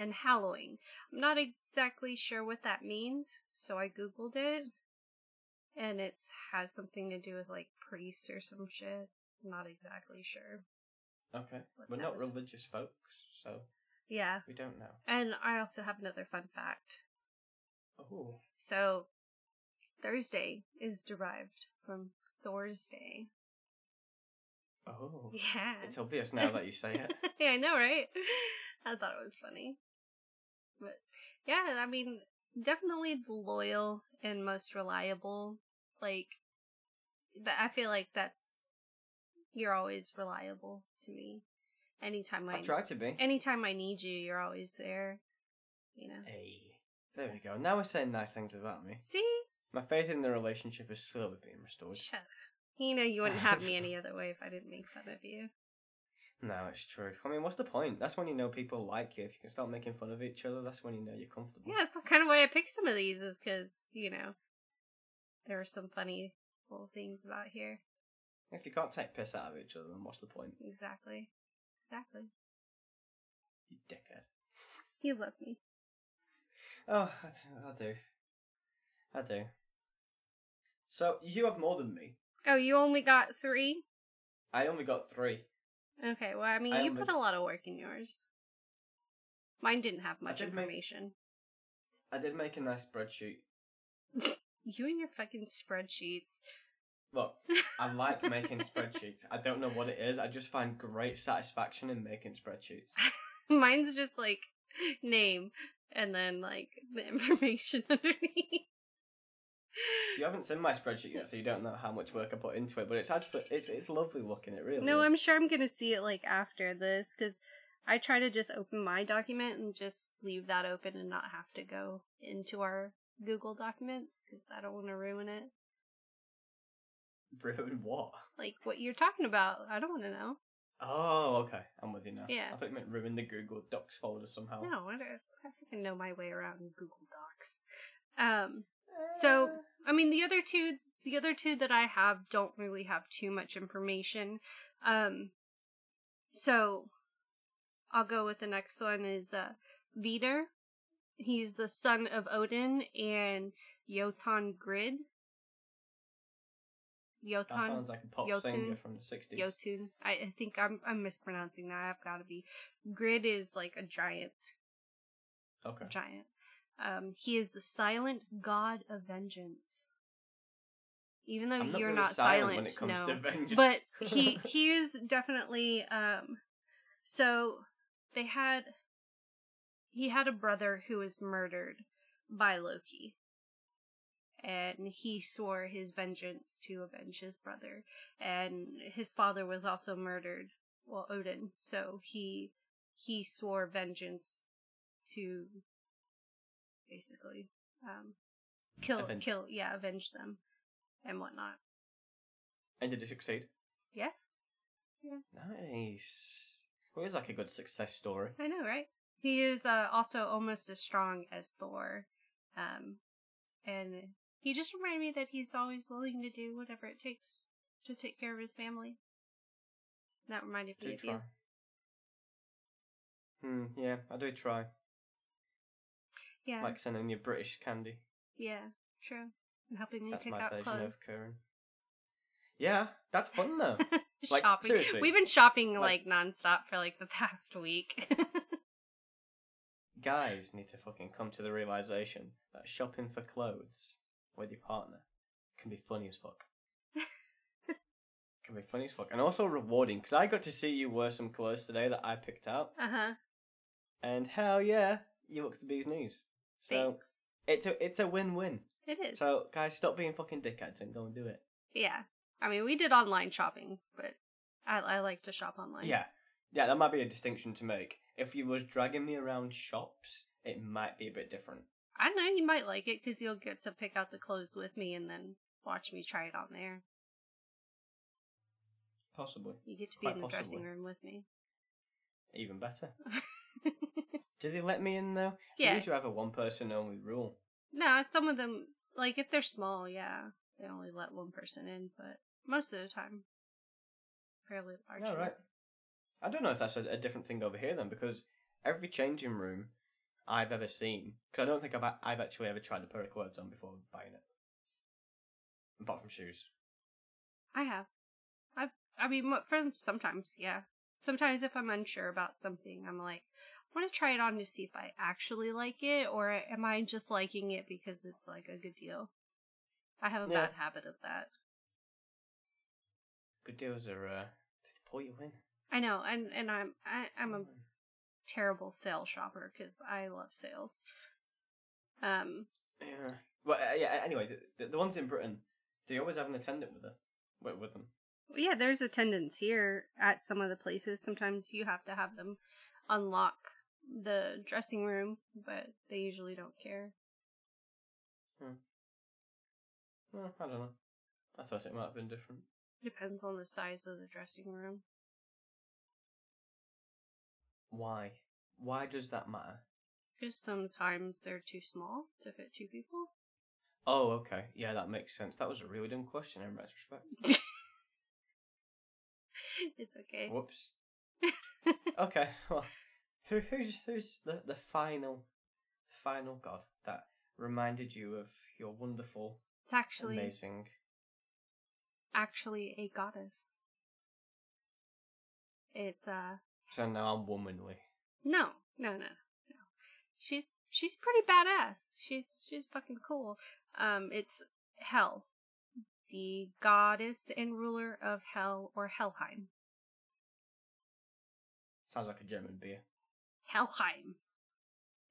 Speaker 2: and hallowing. I'm not exactly sure what that means, so I googled it, and it has something to do with like priests or some shit. I'm not exactly sure.
Speaker 1: okay
Speaker 2: What
Speaker 1: we're
Speaker 2: that
Speaker 1: not
Speaker 2: was-
Speaker 1: religious folks so
Speaker 2: Yeah,
Speaker 1: we don't know
Speaker 2: and I also have another fun fact.
Speaker 1: oh
Speaker 2: So Thursday is derived from Thor's Day. *laughs*
Speaker 1: oh
Speaker 2: Yeah.
Speaker 1: it's obvious now that you say
Speaker 2: *laughs*
Speaker 1: it
Speaker 2: yeah, I know, right? I thought it was funny. But yeah, I mean, definitely the loyal and most reliable. Like, th- I feel like that's you're always reliable to me. Anytime I,
Speaker 1: i try to be
Speaker 2: anytime I need you, you're always there. You know.
Speaker 1: hey there we go now we're saying nice things about me
Speaker 2: See,
Speaker 1: my faith in the relationship is slowly being restored
Speaker 2: shut up. You know you wouldn't have me any other way if I didn't make fun of you.
Speaker 1: No, it's true. I mean, what's the point? That's when you know people like you. If you can start making fun of each other, that's when you know you're comfortable.
Speaker 2: Yeah, that's kind of why I picked some of these is because you know there are some funny little things about here.
Speaker 1: If you can't take piss out of each other, then what's the point?
Speaker 2: Exactly, exactly.
Speaker 1: You dickhead.
Speaker 2: You love me.
Speaker 1: Oh, I do- I do. I do. So you have more than me.
Speaker 2: Oh, you only got three?
Speaker 1: I only got three.
Speaker 2: Okay, well, I mean,
Speaker 1: I
Speaker 2: you
Speaker 1: only-
Speaker 2: put a lot of work in yours. Mine didn't have much
Speaker 1: did make-
Speaker 2: information.
Speaker 1: I did make a nice spreadsheet.
Speaker 2: You and your fucking spreadsheets. *laughs*
Speaker 1: Look, I like making spreadsheets. I don't know what it is. I just find great satisfaction in making spreadsheets.
Speaker 2: Mine's just like name and then like the *laughs* information underneath.
Speaker 1: You haven't seen my spreadsheet yet, so you don't know how much work I put into it. But it's actually it's it's lovely looking. It really.
Speaker 2: No,
Speaker 1: is. *laughs*
Speaker 2: I'm sure I'm gonna see it like after this because I try to just open my document and just leave that open and not have to go into our Google documents because I don't want to ruin it.
Speaker 1: ruined what?
Speaker 2: Like what you're talking about, I don't want to know.
Speaker 1: Oh, okay. I'm with you now.
Speaker 2: Yeah.
Speaker 1: I thought you meant ruin the Google Docs folder somehow.
Speaker 2: No, I, don't, I fucking know my way around Google Docs. Um, So, I mean, the other two, the other two that I have don't really have too much information. Um, so I'll go with the next one is uh, Vidar. He's the son of Odin and Jotun Grid.
Speaker 1: that
Speaker 2: Jotun,
Speaker 1: sounds like a pop
Speaker 2: Yotun-
Speaker 1: singer from the sixties.
Speaker 2: Jotun. I, I think I'm I'm mispronouncing that. I've got to be. Grid is like a giant,
Speaker 1: Okay.
Speaker 2: giant. Um, he is the silent god of vengeance. Even though
Speaker 1: I'm
Speaker 2: you're
Speaker 1: really
Speaker 2: not silent,
Speaker 1: when it comes
Speaker 2: no.
Speaker 1: to vengeance. *laughs*
Speaker 2: but he he is definitely um so they had he had a brother who was murdered by Loki. And he swore his vengeance to avenge his brother. And his father was also murdered, well Odin, so he he swore vengeance to basically um kill
Speaker 1: Avenge.
Speaker 2: kill yeah, avenge them and whatnot.
Speaker 1: and did he succeed?
Speaker 2: Yes?
Speaker 1: Nice. Well, it's like a good success story.
Speaker 2: I know, right? He is uh, also almost as strong as Thor. Um, and he just reminded me that he's always willing to do whatever it takes to take care of his family. That reminded me
Speaker 1: Do
Speaker 2: of
Speaker 1: try.
Speaker 2: you.
Speaker 1: Hmm. Yeah, I do try.
Speaker 2: Yeah,
Speaker 1: Like sending you British candy.
Speaker 2: yeah, true. I'm helping you
Speaker 1: That's
Speaker 2: pick
Speaker 1: my
Speaker 2: out
Speaker 1: version
Speaker 2: clothes.
Speaker 1: of Karen. Yeah, that's fun though. Like,
Speaker 2: shopping.
Speaker 1: seriously.
Speaker 2: We've been shopping like,
Speaker 1: Like-
Speaker 2: nonstop for like the past week. *laughs*
Speaker 1: Guys need to fucking come to the realization that shopping for clothes with your partner can be funny as
Speaker 2: *laughs*
Speaker 1: fuck. can be funny as fuck, and also rewarding because I got to see you wear some clothes today that I picked out,
Speaker 2: uh huh.
Speaker 1: and hell yeah, you look the bee's knees. So
Speaker 2: Thanks.
Speaker 1: it's a it's a win win.
Speaker 2: It is.
Speaker 1: So guys, stop being fucking dickheads and go and do it.
Speaker 2: yeah. I mean, we did online shopping, but I, I like to shop online.
Speaker 1: Yeah, yeah, that might be a distinction to make. If you was dragging me around shops, it might be a bit different.
Speaker 2: I know you might like it because you'll get to pick out the clothes with me and then watch me try it on there.
Speaker 1: Possibly.
Speaker 2: You get to be
Speaker 1: Quite
Speaker 2: in the dressing
Speaker 1: possibly.
Speaker 2: room with me.
Speaker 1: Even
Speaker 2: *laughs*
Speaker 1: better. Do they let me in though?
Speaker 2: Yeah.
Speaker 1: We usually have a one person only rule.
Speaker 2: no, some of them, like if they're small, yeah, they only let one person in, but most of the time, fairly large.
Speaker 1: No, right. I don't know if that's a, a different thing over here then, because every changing room I've ever seen, because I don't think I've a- I've actually ever tried a pair of clothes on before buying it, apart from shoes.
Speaker 2: I have. I've, I mean, mo- for sometimes, yeah. Sometimes if I'm unsure about something, I'm like, I want to try it on to see if I actually like it, or am I just liking it because it's like a good deal? I have a
Speaker 1: Yeah.
Speaker 2: bad habit of that.
Speaker 1: Good deals are uh, they pull you in.
Speaker 2: I know, and and I'm I, I'm a terrible sale shopper because I love sales. Um,
Speaker 1: Yeah. Well, uh, yeah. Anyway, the, the ones in Britain, they always have an attendant with them. With, with them.
Speaker 2: yeah, there's attendants here at some of the places. Sometimes you have to have them unlock the dressing room, but they usually don't care.
Speaker 1: Well, I don't know. I thought it might have been different.
Speaker 2: Depends on the size of the dressing room.
Speaker 1: Why? Why does that matter?
Speaker 2: Because sometimes they're too small to fit two people. *laughs*
Speaker 1: Oh, okay. Yeah, that makes sense. That was a really dumb question in retrospect.
Speaker 2: it's okay. *laughs*
Speaker 1: Whoops. *laughs* okay. Well, who, who's who's the the final final god that reminded you of your wonderful,
Speaker 2: It's actually
Speaker 1: amazing.
Speaker 2: actually a goddess. It's uh
Speaker 1: So now I'm womanly.
Speaker 2: no, no, no, no. She's she's pretty badass. She's she's fucking cool. Um, it's Hell, the goddess and ruler of Hell or Helheim.
Speaker 1: Sounds like a German beer.
Speaker 2: Helheim.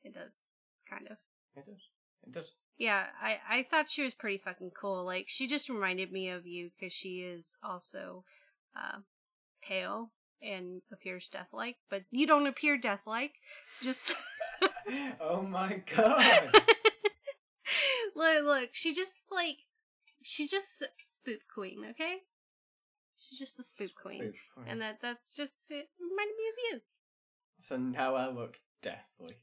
Speaker 2: It does kind of.
Speaker 1: It does. It does. *laughs*
Speaker 2: Yeah, I I thought she was pretty fucking cool. Like she just reminded me of you because she is also uh, pale and appears deathlike, but you don't appear deathlike. Just
Speaker 1: oh my god!
Speaker 2: *laughs* look, look, she just like she's just a spook queen, okay? She's just a spook queen.
Speaker 1: Spook queen.
Speaker 2: And that that's just it reminded me of
Speaker 1: so now I look deathly.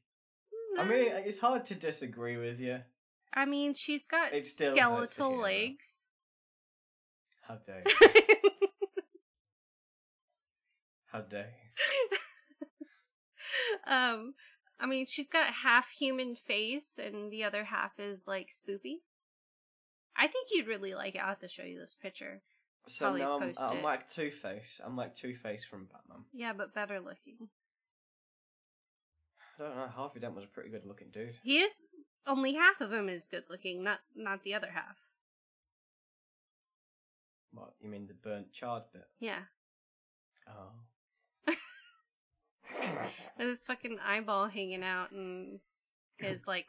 Speaker 2: you.
Speaker 1: I mean, it's hard to disagree with you.
Speaker 2: Mm-hmm. I mean she's got
Speaker 1: It still hurts to
Speaker 2: skeletal
Speaker 1: hear, though.
Speaker 2: legs. *laughs*
Speaker 1: How dare you? How dare you?
Speaker 2: um I mean she's got half human face and the other half is like spoopy. I think you'd really like it. I'll have to show you this picture.
Speaker 1: So
Speaker 2: Probably
Speaker 1: now I'm,
Speaker 2: post
Speaker 1: I'm
Speaker 2: it.
Speaker 1: like Two Face. I'm like Two Face from Batman.
Speaker 2: Yeah, but better looking.
Speaker 1: I don't know, Harvey Dent was a pretty good looking dude.
Speaker 2: He is only half of him is good looking, not not the other half.
Speaker 1: What, you mean the burnt charred bit?
Speaker 2: Yeah.
Speaker 1: Oh.
Speaker 2: *laughs* With his fucking eyeball hanging out and
Speaker 1: *laughs*
Speaker 2: his like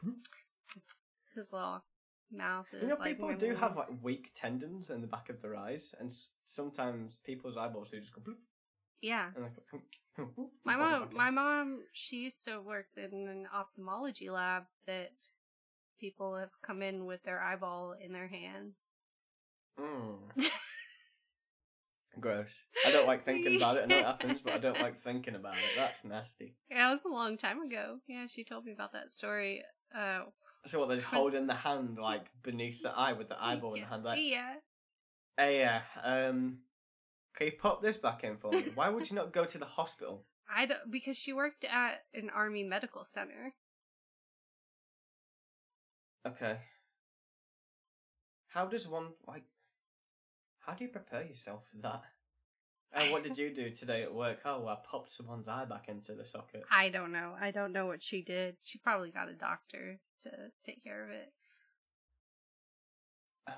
Speaker 2: his little mouth is
Speaker 1: You know,
Speaker 2: like,
Speaker 1: people do have like weak tendons in the back of their eyes, and s- sometimes people's eyeballs do just go bloop,
Speaker 2: Yeah.
Speaker 1: and they *laughs* go.
Speaker 2: My mom my mom she used to work in an ophthalmology lab that people have come in with their eyeball in their hand.
Speaker 1: Mm. Gross. I don't like thinking about it. I know it happens, but I don't like thinking about it. That's nasty.
Speaker 2: Yeah, it was a long time ago. Yeah, she told me about that story. Uh
Speaker 1: So what? They're just
Speaker 2: Cause-
Speaker 1: holding the hand like beneath the eye with the eyeball in the hand, like,
Speaker 2: Yeah.
Speaker 1: hey, yeah, um, can you pop this back in for me? Why would you not go to the hospital?
Speaker 2: I don't, because she worked at an army medical center.
Speaker 1: Okay. How does one like? How do you prepare yourself for that? And what did you do today at work? Oh, I popped someone's eye back into the socket.
Speaker 2: I don't know. I don't know what she did. She probably got a doctor to take care of it.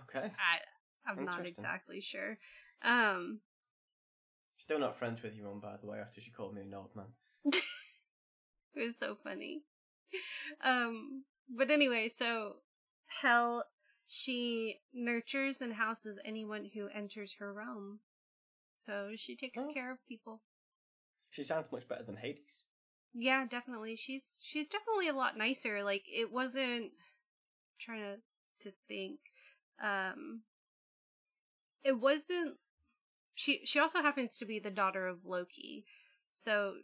Speaker 1: Okay.
Speaker 2: I I'm not
Speaker 1: Interesting.
Speaker 2: exactly sure. Um
Speaker 1: Still not friends with your mum, by the way. After she called me an old man.
Speaker 2: it was so funny. *laughs* Um but anyway, so hell she nurtures and houses anyone who enters her realm. So she takes
Speaker 1: Oh.
Speaker 2: care of people.
Speaker 1: She sounds much better than Hades.
Speaker 2: Yeah, definitely. She's she's definitely a lot nicer. Like it wasn't I'm trying to to think. Um it wasn't she she also happens to be the daughter of Loki. So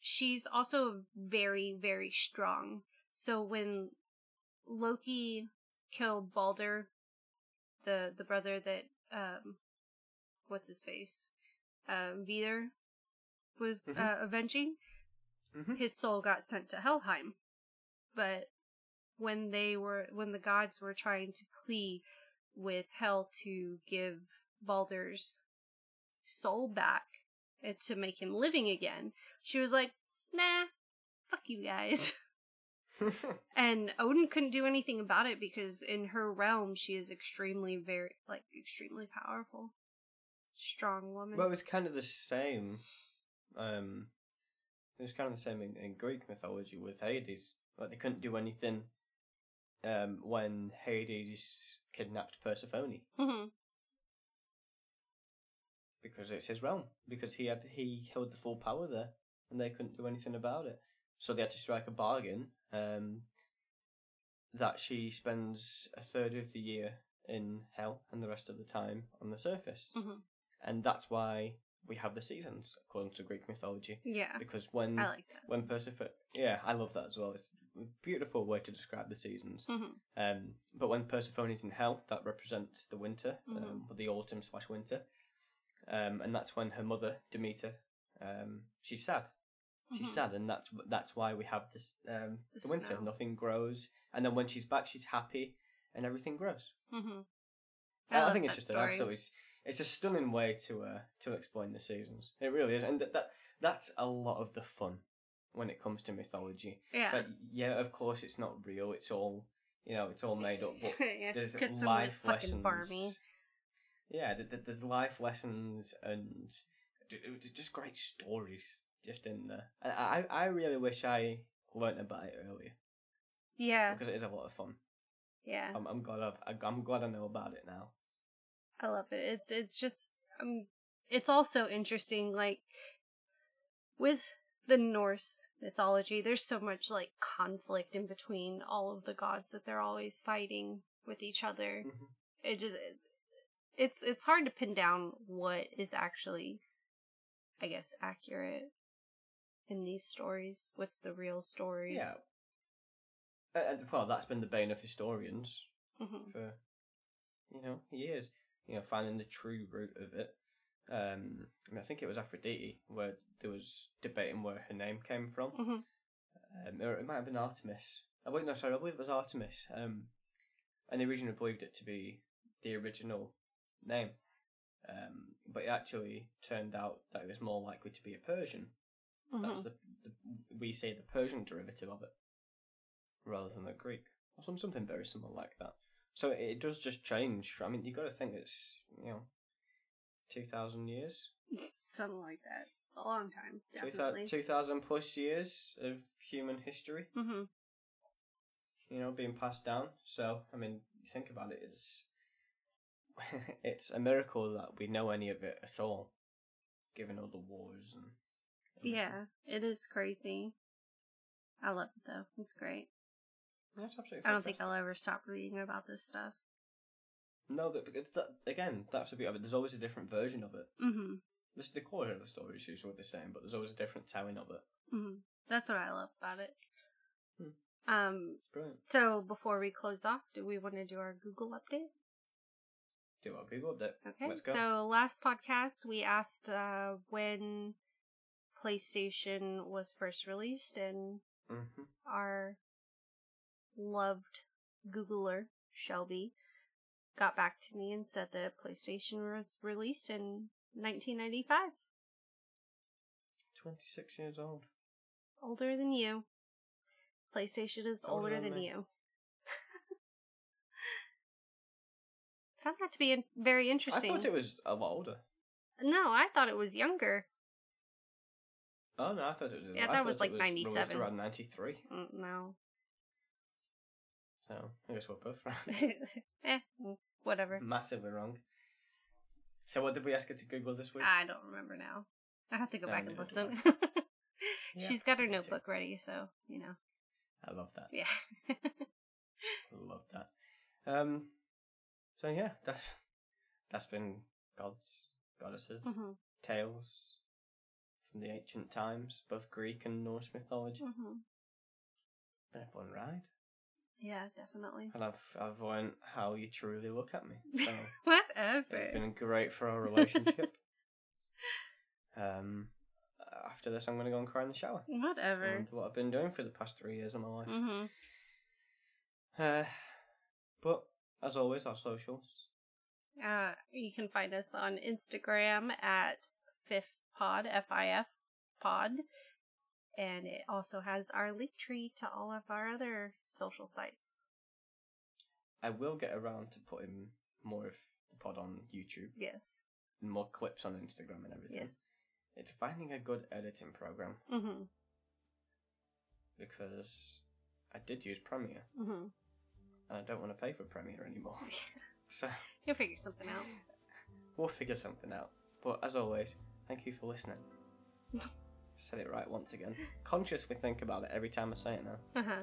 Speaker 2: she's also very very strong. So when Loki killed Balder, the the brother that um what's his face? Um Vider was
Speaker 1: Mhm.
Speaker 2: uh, avenging
Speaker 1: Mm-hmm.
Speaker 2: his soul got sent to Helheim. But when they were when the gods were trying to plea with Hell to give Balder's soul back and to make him living again, she was like, "Nah, fuck you guys." *laughs* And Odin couldn't do anything about it because in her realm she is extremely very like extremely powerful. Strong woman.
Speaker 1: well, it was kind of the same. Um, it was kind of the same in, in Greek mythology with Hades. Like they couldn't do anything. Um, when Hades kidnapped Persephone
Speaker 2: hmm
Speaker 1: because it's his realm because he had he held the full power there and they couldn't do anything about it. So they had to strike a bargain. Um, that she spends a third of the year in hell and the rest of the time on the surface.
Speaker 2: hmm
Speaker 1: and that's why we have the seasons according to Greek mythology.
Speaker 2: Yeah.
Speaker 1: Because when
Speaker 2: Ah, I like that.
Speaker 1: when Persephone, yeah, I love that as well. It's a beautiful way to describe the seasons.
Speaker 2: hmm
Speaker 1: Um, but when Persephone is in hell, that represents the winter,
Speaker 2: Mm-hmm.
Speaker 1: um, or the autumn slash winter, um, and that's when her mother Demeter, um, she's sad She's
Speaker 2: Mhm.
Speaker 1: sad, and that's that's why we have this um,
Speaker 2: The
Speaker 1: the, winter.
Speaker 2: snow.
Speaker 1: Nothing grows, and then when she's back, she's happy, and everything grows.
Speaker 2: Mhm.
Speaker 1: I, I
Speaker 2: love
Speaker 1: think it's
Speaker 2: that
Speaker 1: just an
Speaker 2: story.
Speaker 1: absolutely s- it's a stunning way to uh, to explain the seasons. It really is, and that, that that's a lot of the fun when it comes to mythology.
Speaker 2: Yeah.
Speaker 1: It's like yeah, of course it's not real. It's all you know. It's all made up. But
Speaker 2: *laughs* yes,
Speaker 1: there's
Speaker 2: 'cause someone is
Speaker 1: life lessons.
Speaker 2: fucking Barney.
Speaker 1: Yeah, th- th- there's life lessons and d- d- just great stories just in there. And I I I really wish I learnt about it earlier
Speaker 2: Yeah,
Speaker 1: because it is a lot of fun.
Speaker 2: yeah.
Speaker 1: I'm, I'm glad I've I'm glad I know about it now.
Speaker 2: I love it. It's it's just um, it's also interesting like with the Norse mythology, there's so much like conflict in between all of the gods that they're always fighting with each other.
Speaker 1: Mhm.
Speaker 2: It just it's it's hard to pin down what is actually I guess accurate in these stories. What's the real stories?
Speaker 1: Yeah. Uh, uh, well, that's been the bane of historians
Speaker 2: Mhm.
Speaker 1: for you know years. You know, finding the true root of it. Um, I, mean, I think it was Aphrodite where there was debating where her name came from.
Speaker 2: Mhm.
Speaker 1: Um, or it might have been Artemis. I wait, no, sorry, I believe it was Artemis. Um, and they originally believed it to be the original name, um, but it actually turned out that it was more likely to be a Persian. That's
Speaker 2: Mhm.
Speaker 1: the, the we say the Persian derivative of it, rather than the Greek or some something very similar like that. So it, it does just change. I mean, you got to think it's you know, two thousand years,
Speaker 2: something like that. A long time,
Speaker 1: two thousand
Speaker 2: definitely.
Speaker 1: two thousand plus years of human history.
Speaker 2: mm-hmm.
Speaker 1: you know, being passed down. So, I mean, you think about it, it's *laughs* it's a miracle that we know any of it at all, given all the wars and everything.
Speaker 2: Yeah, it is crazy. I love it though. It's great.
Speaker 1: Yeah, it's absolutely.
Speaker 2: I don't think
Speaker 1: fantastic.
Speaker 2: I'll ever stop reading about this stuff.
Speaker 1: No, but because that, again, that's a bit of it. There's always a different version of it.
Speaker 2: hmm
Speaker 1: This the core of the story is usually the same, but there's always a different telling of it.
Speaker 2: hmm That's what I love about it.
Speaker 1: Hmm.
Speaker 2: Um.
Speaker 1: It's brilliant.
Speaker 2: So before we close off, do we want to do our Google update?
Speaker 1: Do our Google update.
Speaker 2: Okay.
Speaker 1: Let's go.
Speaker 2: So last podcast we asked uh, when PlayStation was first released, and
Speaker 1: hmm
Speaker 2: our loved Googler, Shelby, got back to me and said that PlayStation was released in 1995.
Speaker 1: Twenty six years old.
Speaker 2: Older than you. PlayStation is
Speaker 1: Older
Speaker 2: older
Speaker 1: than
Speaker 2: than
Speaker 1: me.
Speaker 2: you. *laughs* Found that to be in- very
Speaker 1: I
Speaker 2: interesting.
Speaker 1: thought it was a lot older.
Speaker 2: no, I thought it was younger.
Speaker 1: Oh no, I thought it was.
Speaker 2: Yeah,
Speaker 1: I
Speaker 2: that
Speaker 1: thought
Speaker 2: was
Speaker 1: it
Speaker 2: like
Speaker 1: released
Speaker 2: 97.
Speaker 1: around ninety three.
Speaker 2: Mm, No. *laughs*
Speaker 1: So I guess we're both *laughs*
Speaker 2: *laughs*
Speaker 1: right.
Speaker 2: eh, mm, whatever.
Speaker 1: massively wrong. So what did we ask her to Google this week?
Speaker 2: I don't remember now. I have to go
Speaker 1: No,
Speaker 2: back and
Speaker 1: neither do I.
Speaker 2: listen. *laughs*
Speaker 1: Yeah,
Speaker 2: She's got her
Speaker 1: me too.
Speaker 2: notebook ready, so, you know.
Speaker 1: I love that.
Speaker 2: Yeah.
Speaker 1: I love that. Um, so yeah, that's that's been gods, goddesses,
Speaker 2: hmm
Speaker 1: tales from the ancient times, both Greek and Norse mythology.
Speaker 2: hmm
Speaker 1: Been a fun ride,
Speaker 2: Yeah, definitely.
Speaker 1: and I've I've learned how you truly look at me.
Speaker 2: *laughs*
Speaker 1: So it's
Speaker 2: Whatever.
Speaker 1: been great for our
Speaker 2: *laughs*
Speaker 1: relationship. um, after this, I'm gonna go and cry in the shower.
Speaker 2: Whatever.
Speaker 1: And what I've been doing for the past three years of my life.
Speaker 2: hmm
Speaker 1: Uh, but as always, our socials.
Speaker 2: Uh, you can find us on Instagram at fifth pod, F I F pod. And it also has our link tree to all of our other social sites.
Speaker 1: I will get around to putting more of the pod on YouTube,
Speaker 2: Yes.
Speaker 1: and more clips on Instagram and everything.
Speaker 2: Yes.
Speaker 1: It's finding a good editing program
Speaker 2: Mm-hmm.
Speaker 1: because I did use Premiere
Speaker 2: Mm-hmm.
Speaker 1: and I don't want to pay for Premiere anymore. *laughs* so
Speaker 2: You'll figure something out.
Speaker 1: *laughs* we'll figure something out. But as always, thank you for listening. Said it right once again. Consciously think about it every time I say it now.
Speaker 2: Uh-huh.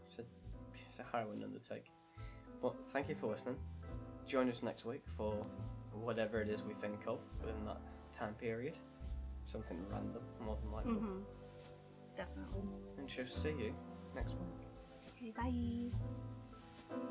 Speaker 1: It's a, it's a harrowing undertaking. But thank you for listening. Join us next week for whatever it is we think of within that time period. Something random, more than likely.
Speaker 2: Mm-hmm. Definitely.
Speaker 1: And she'll see you next week.
Speaker 2: Okay, bye.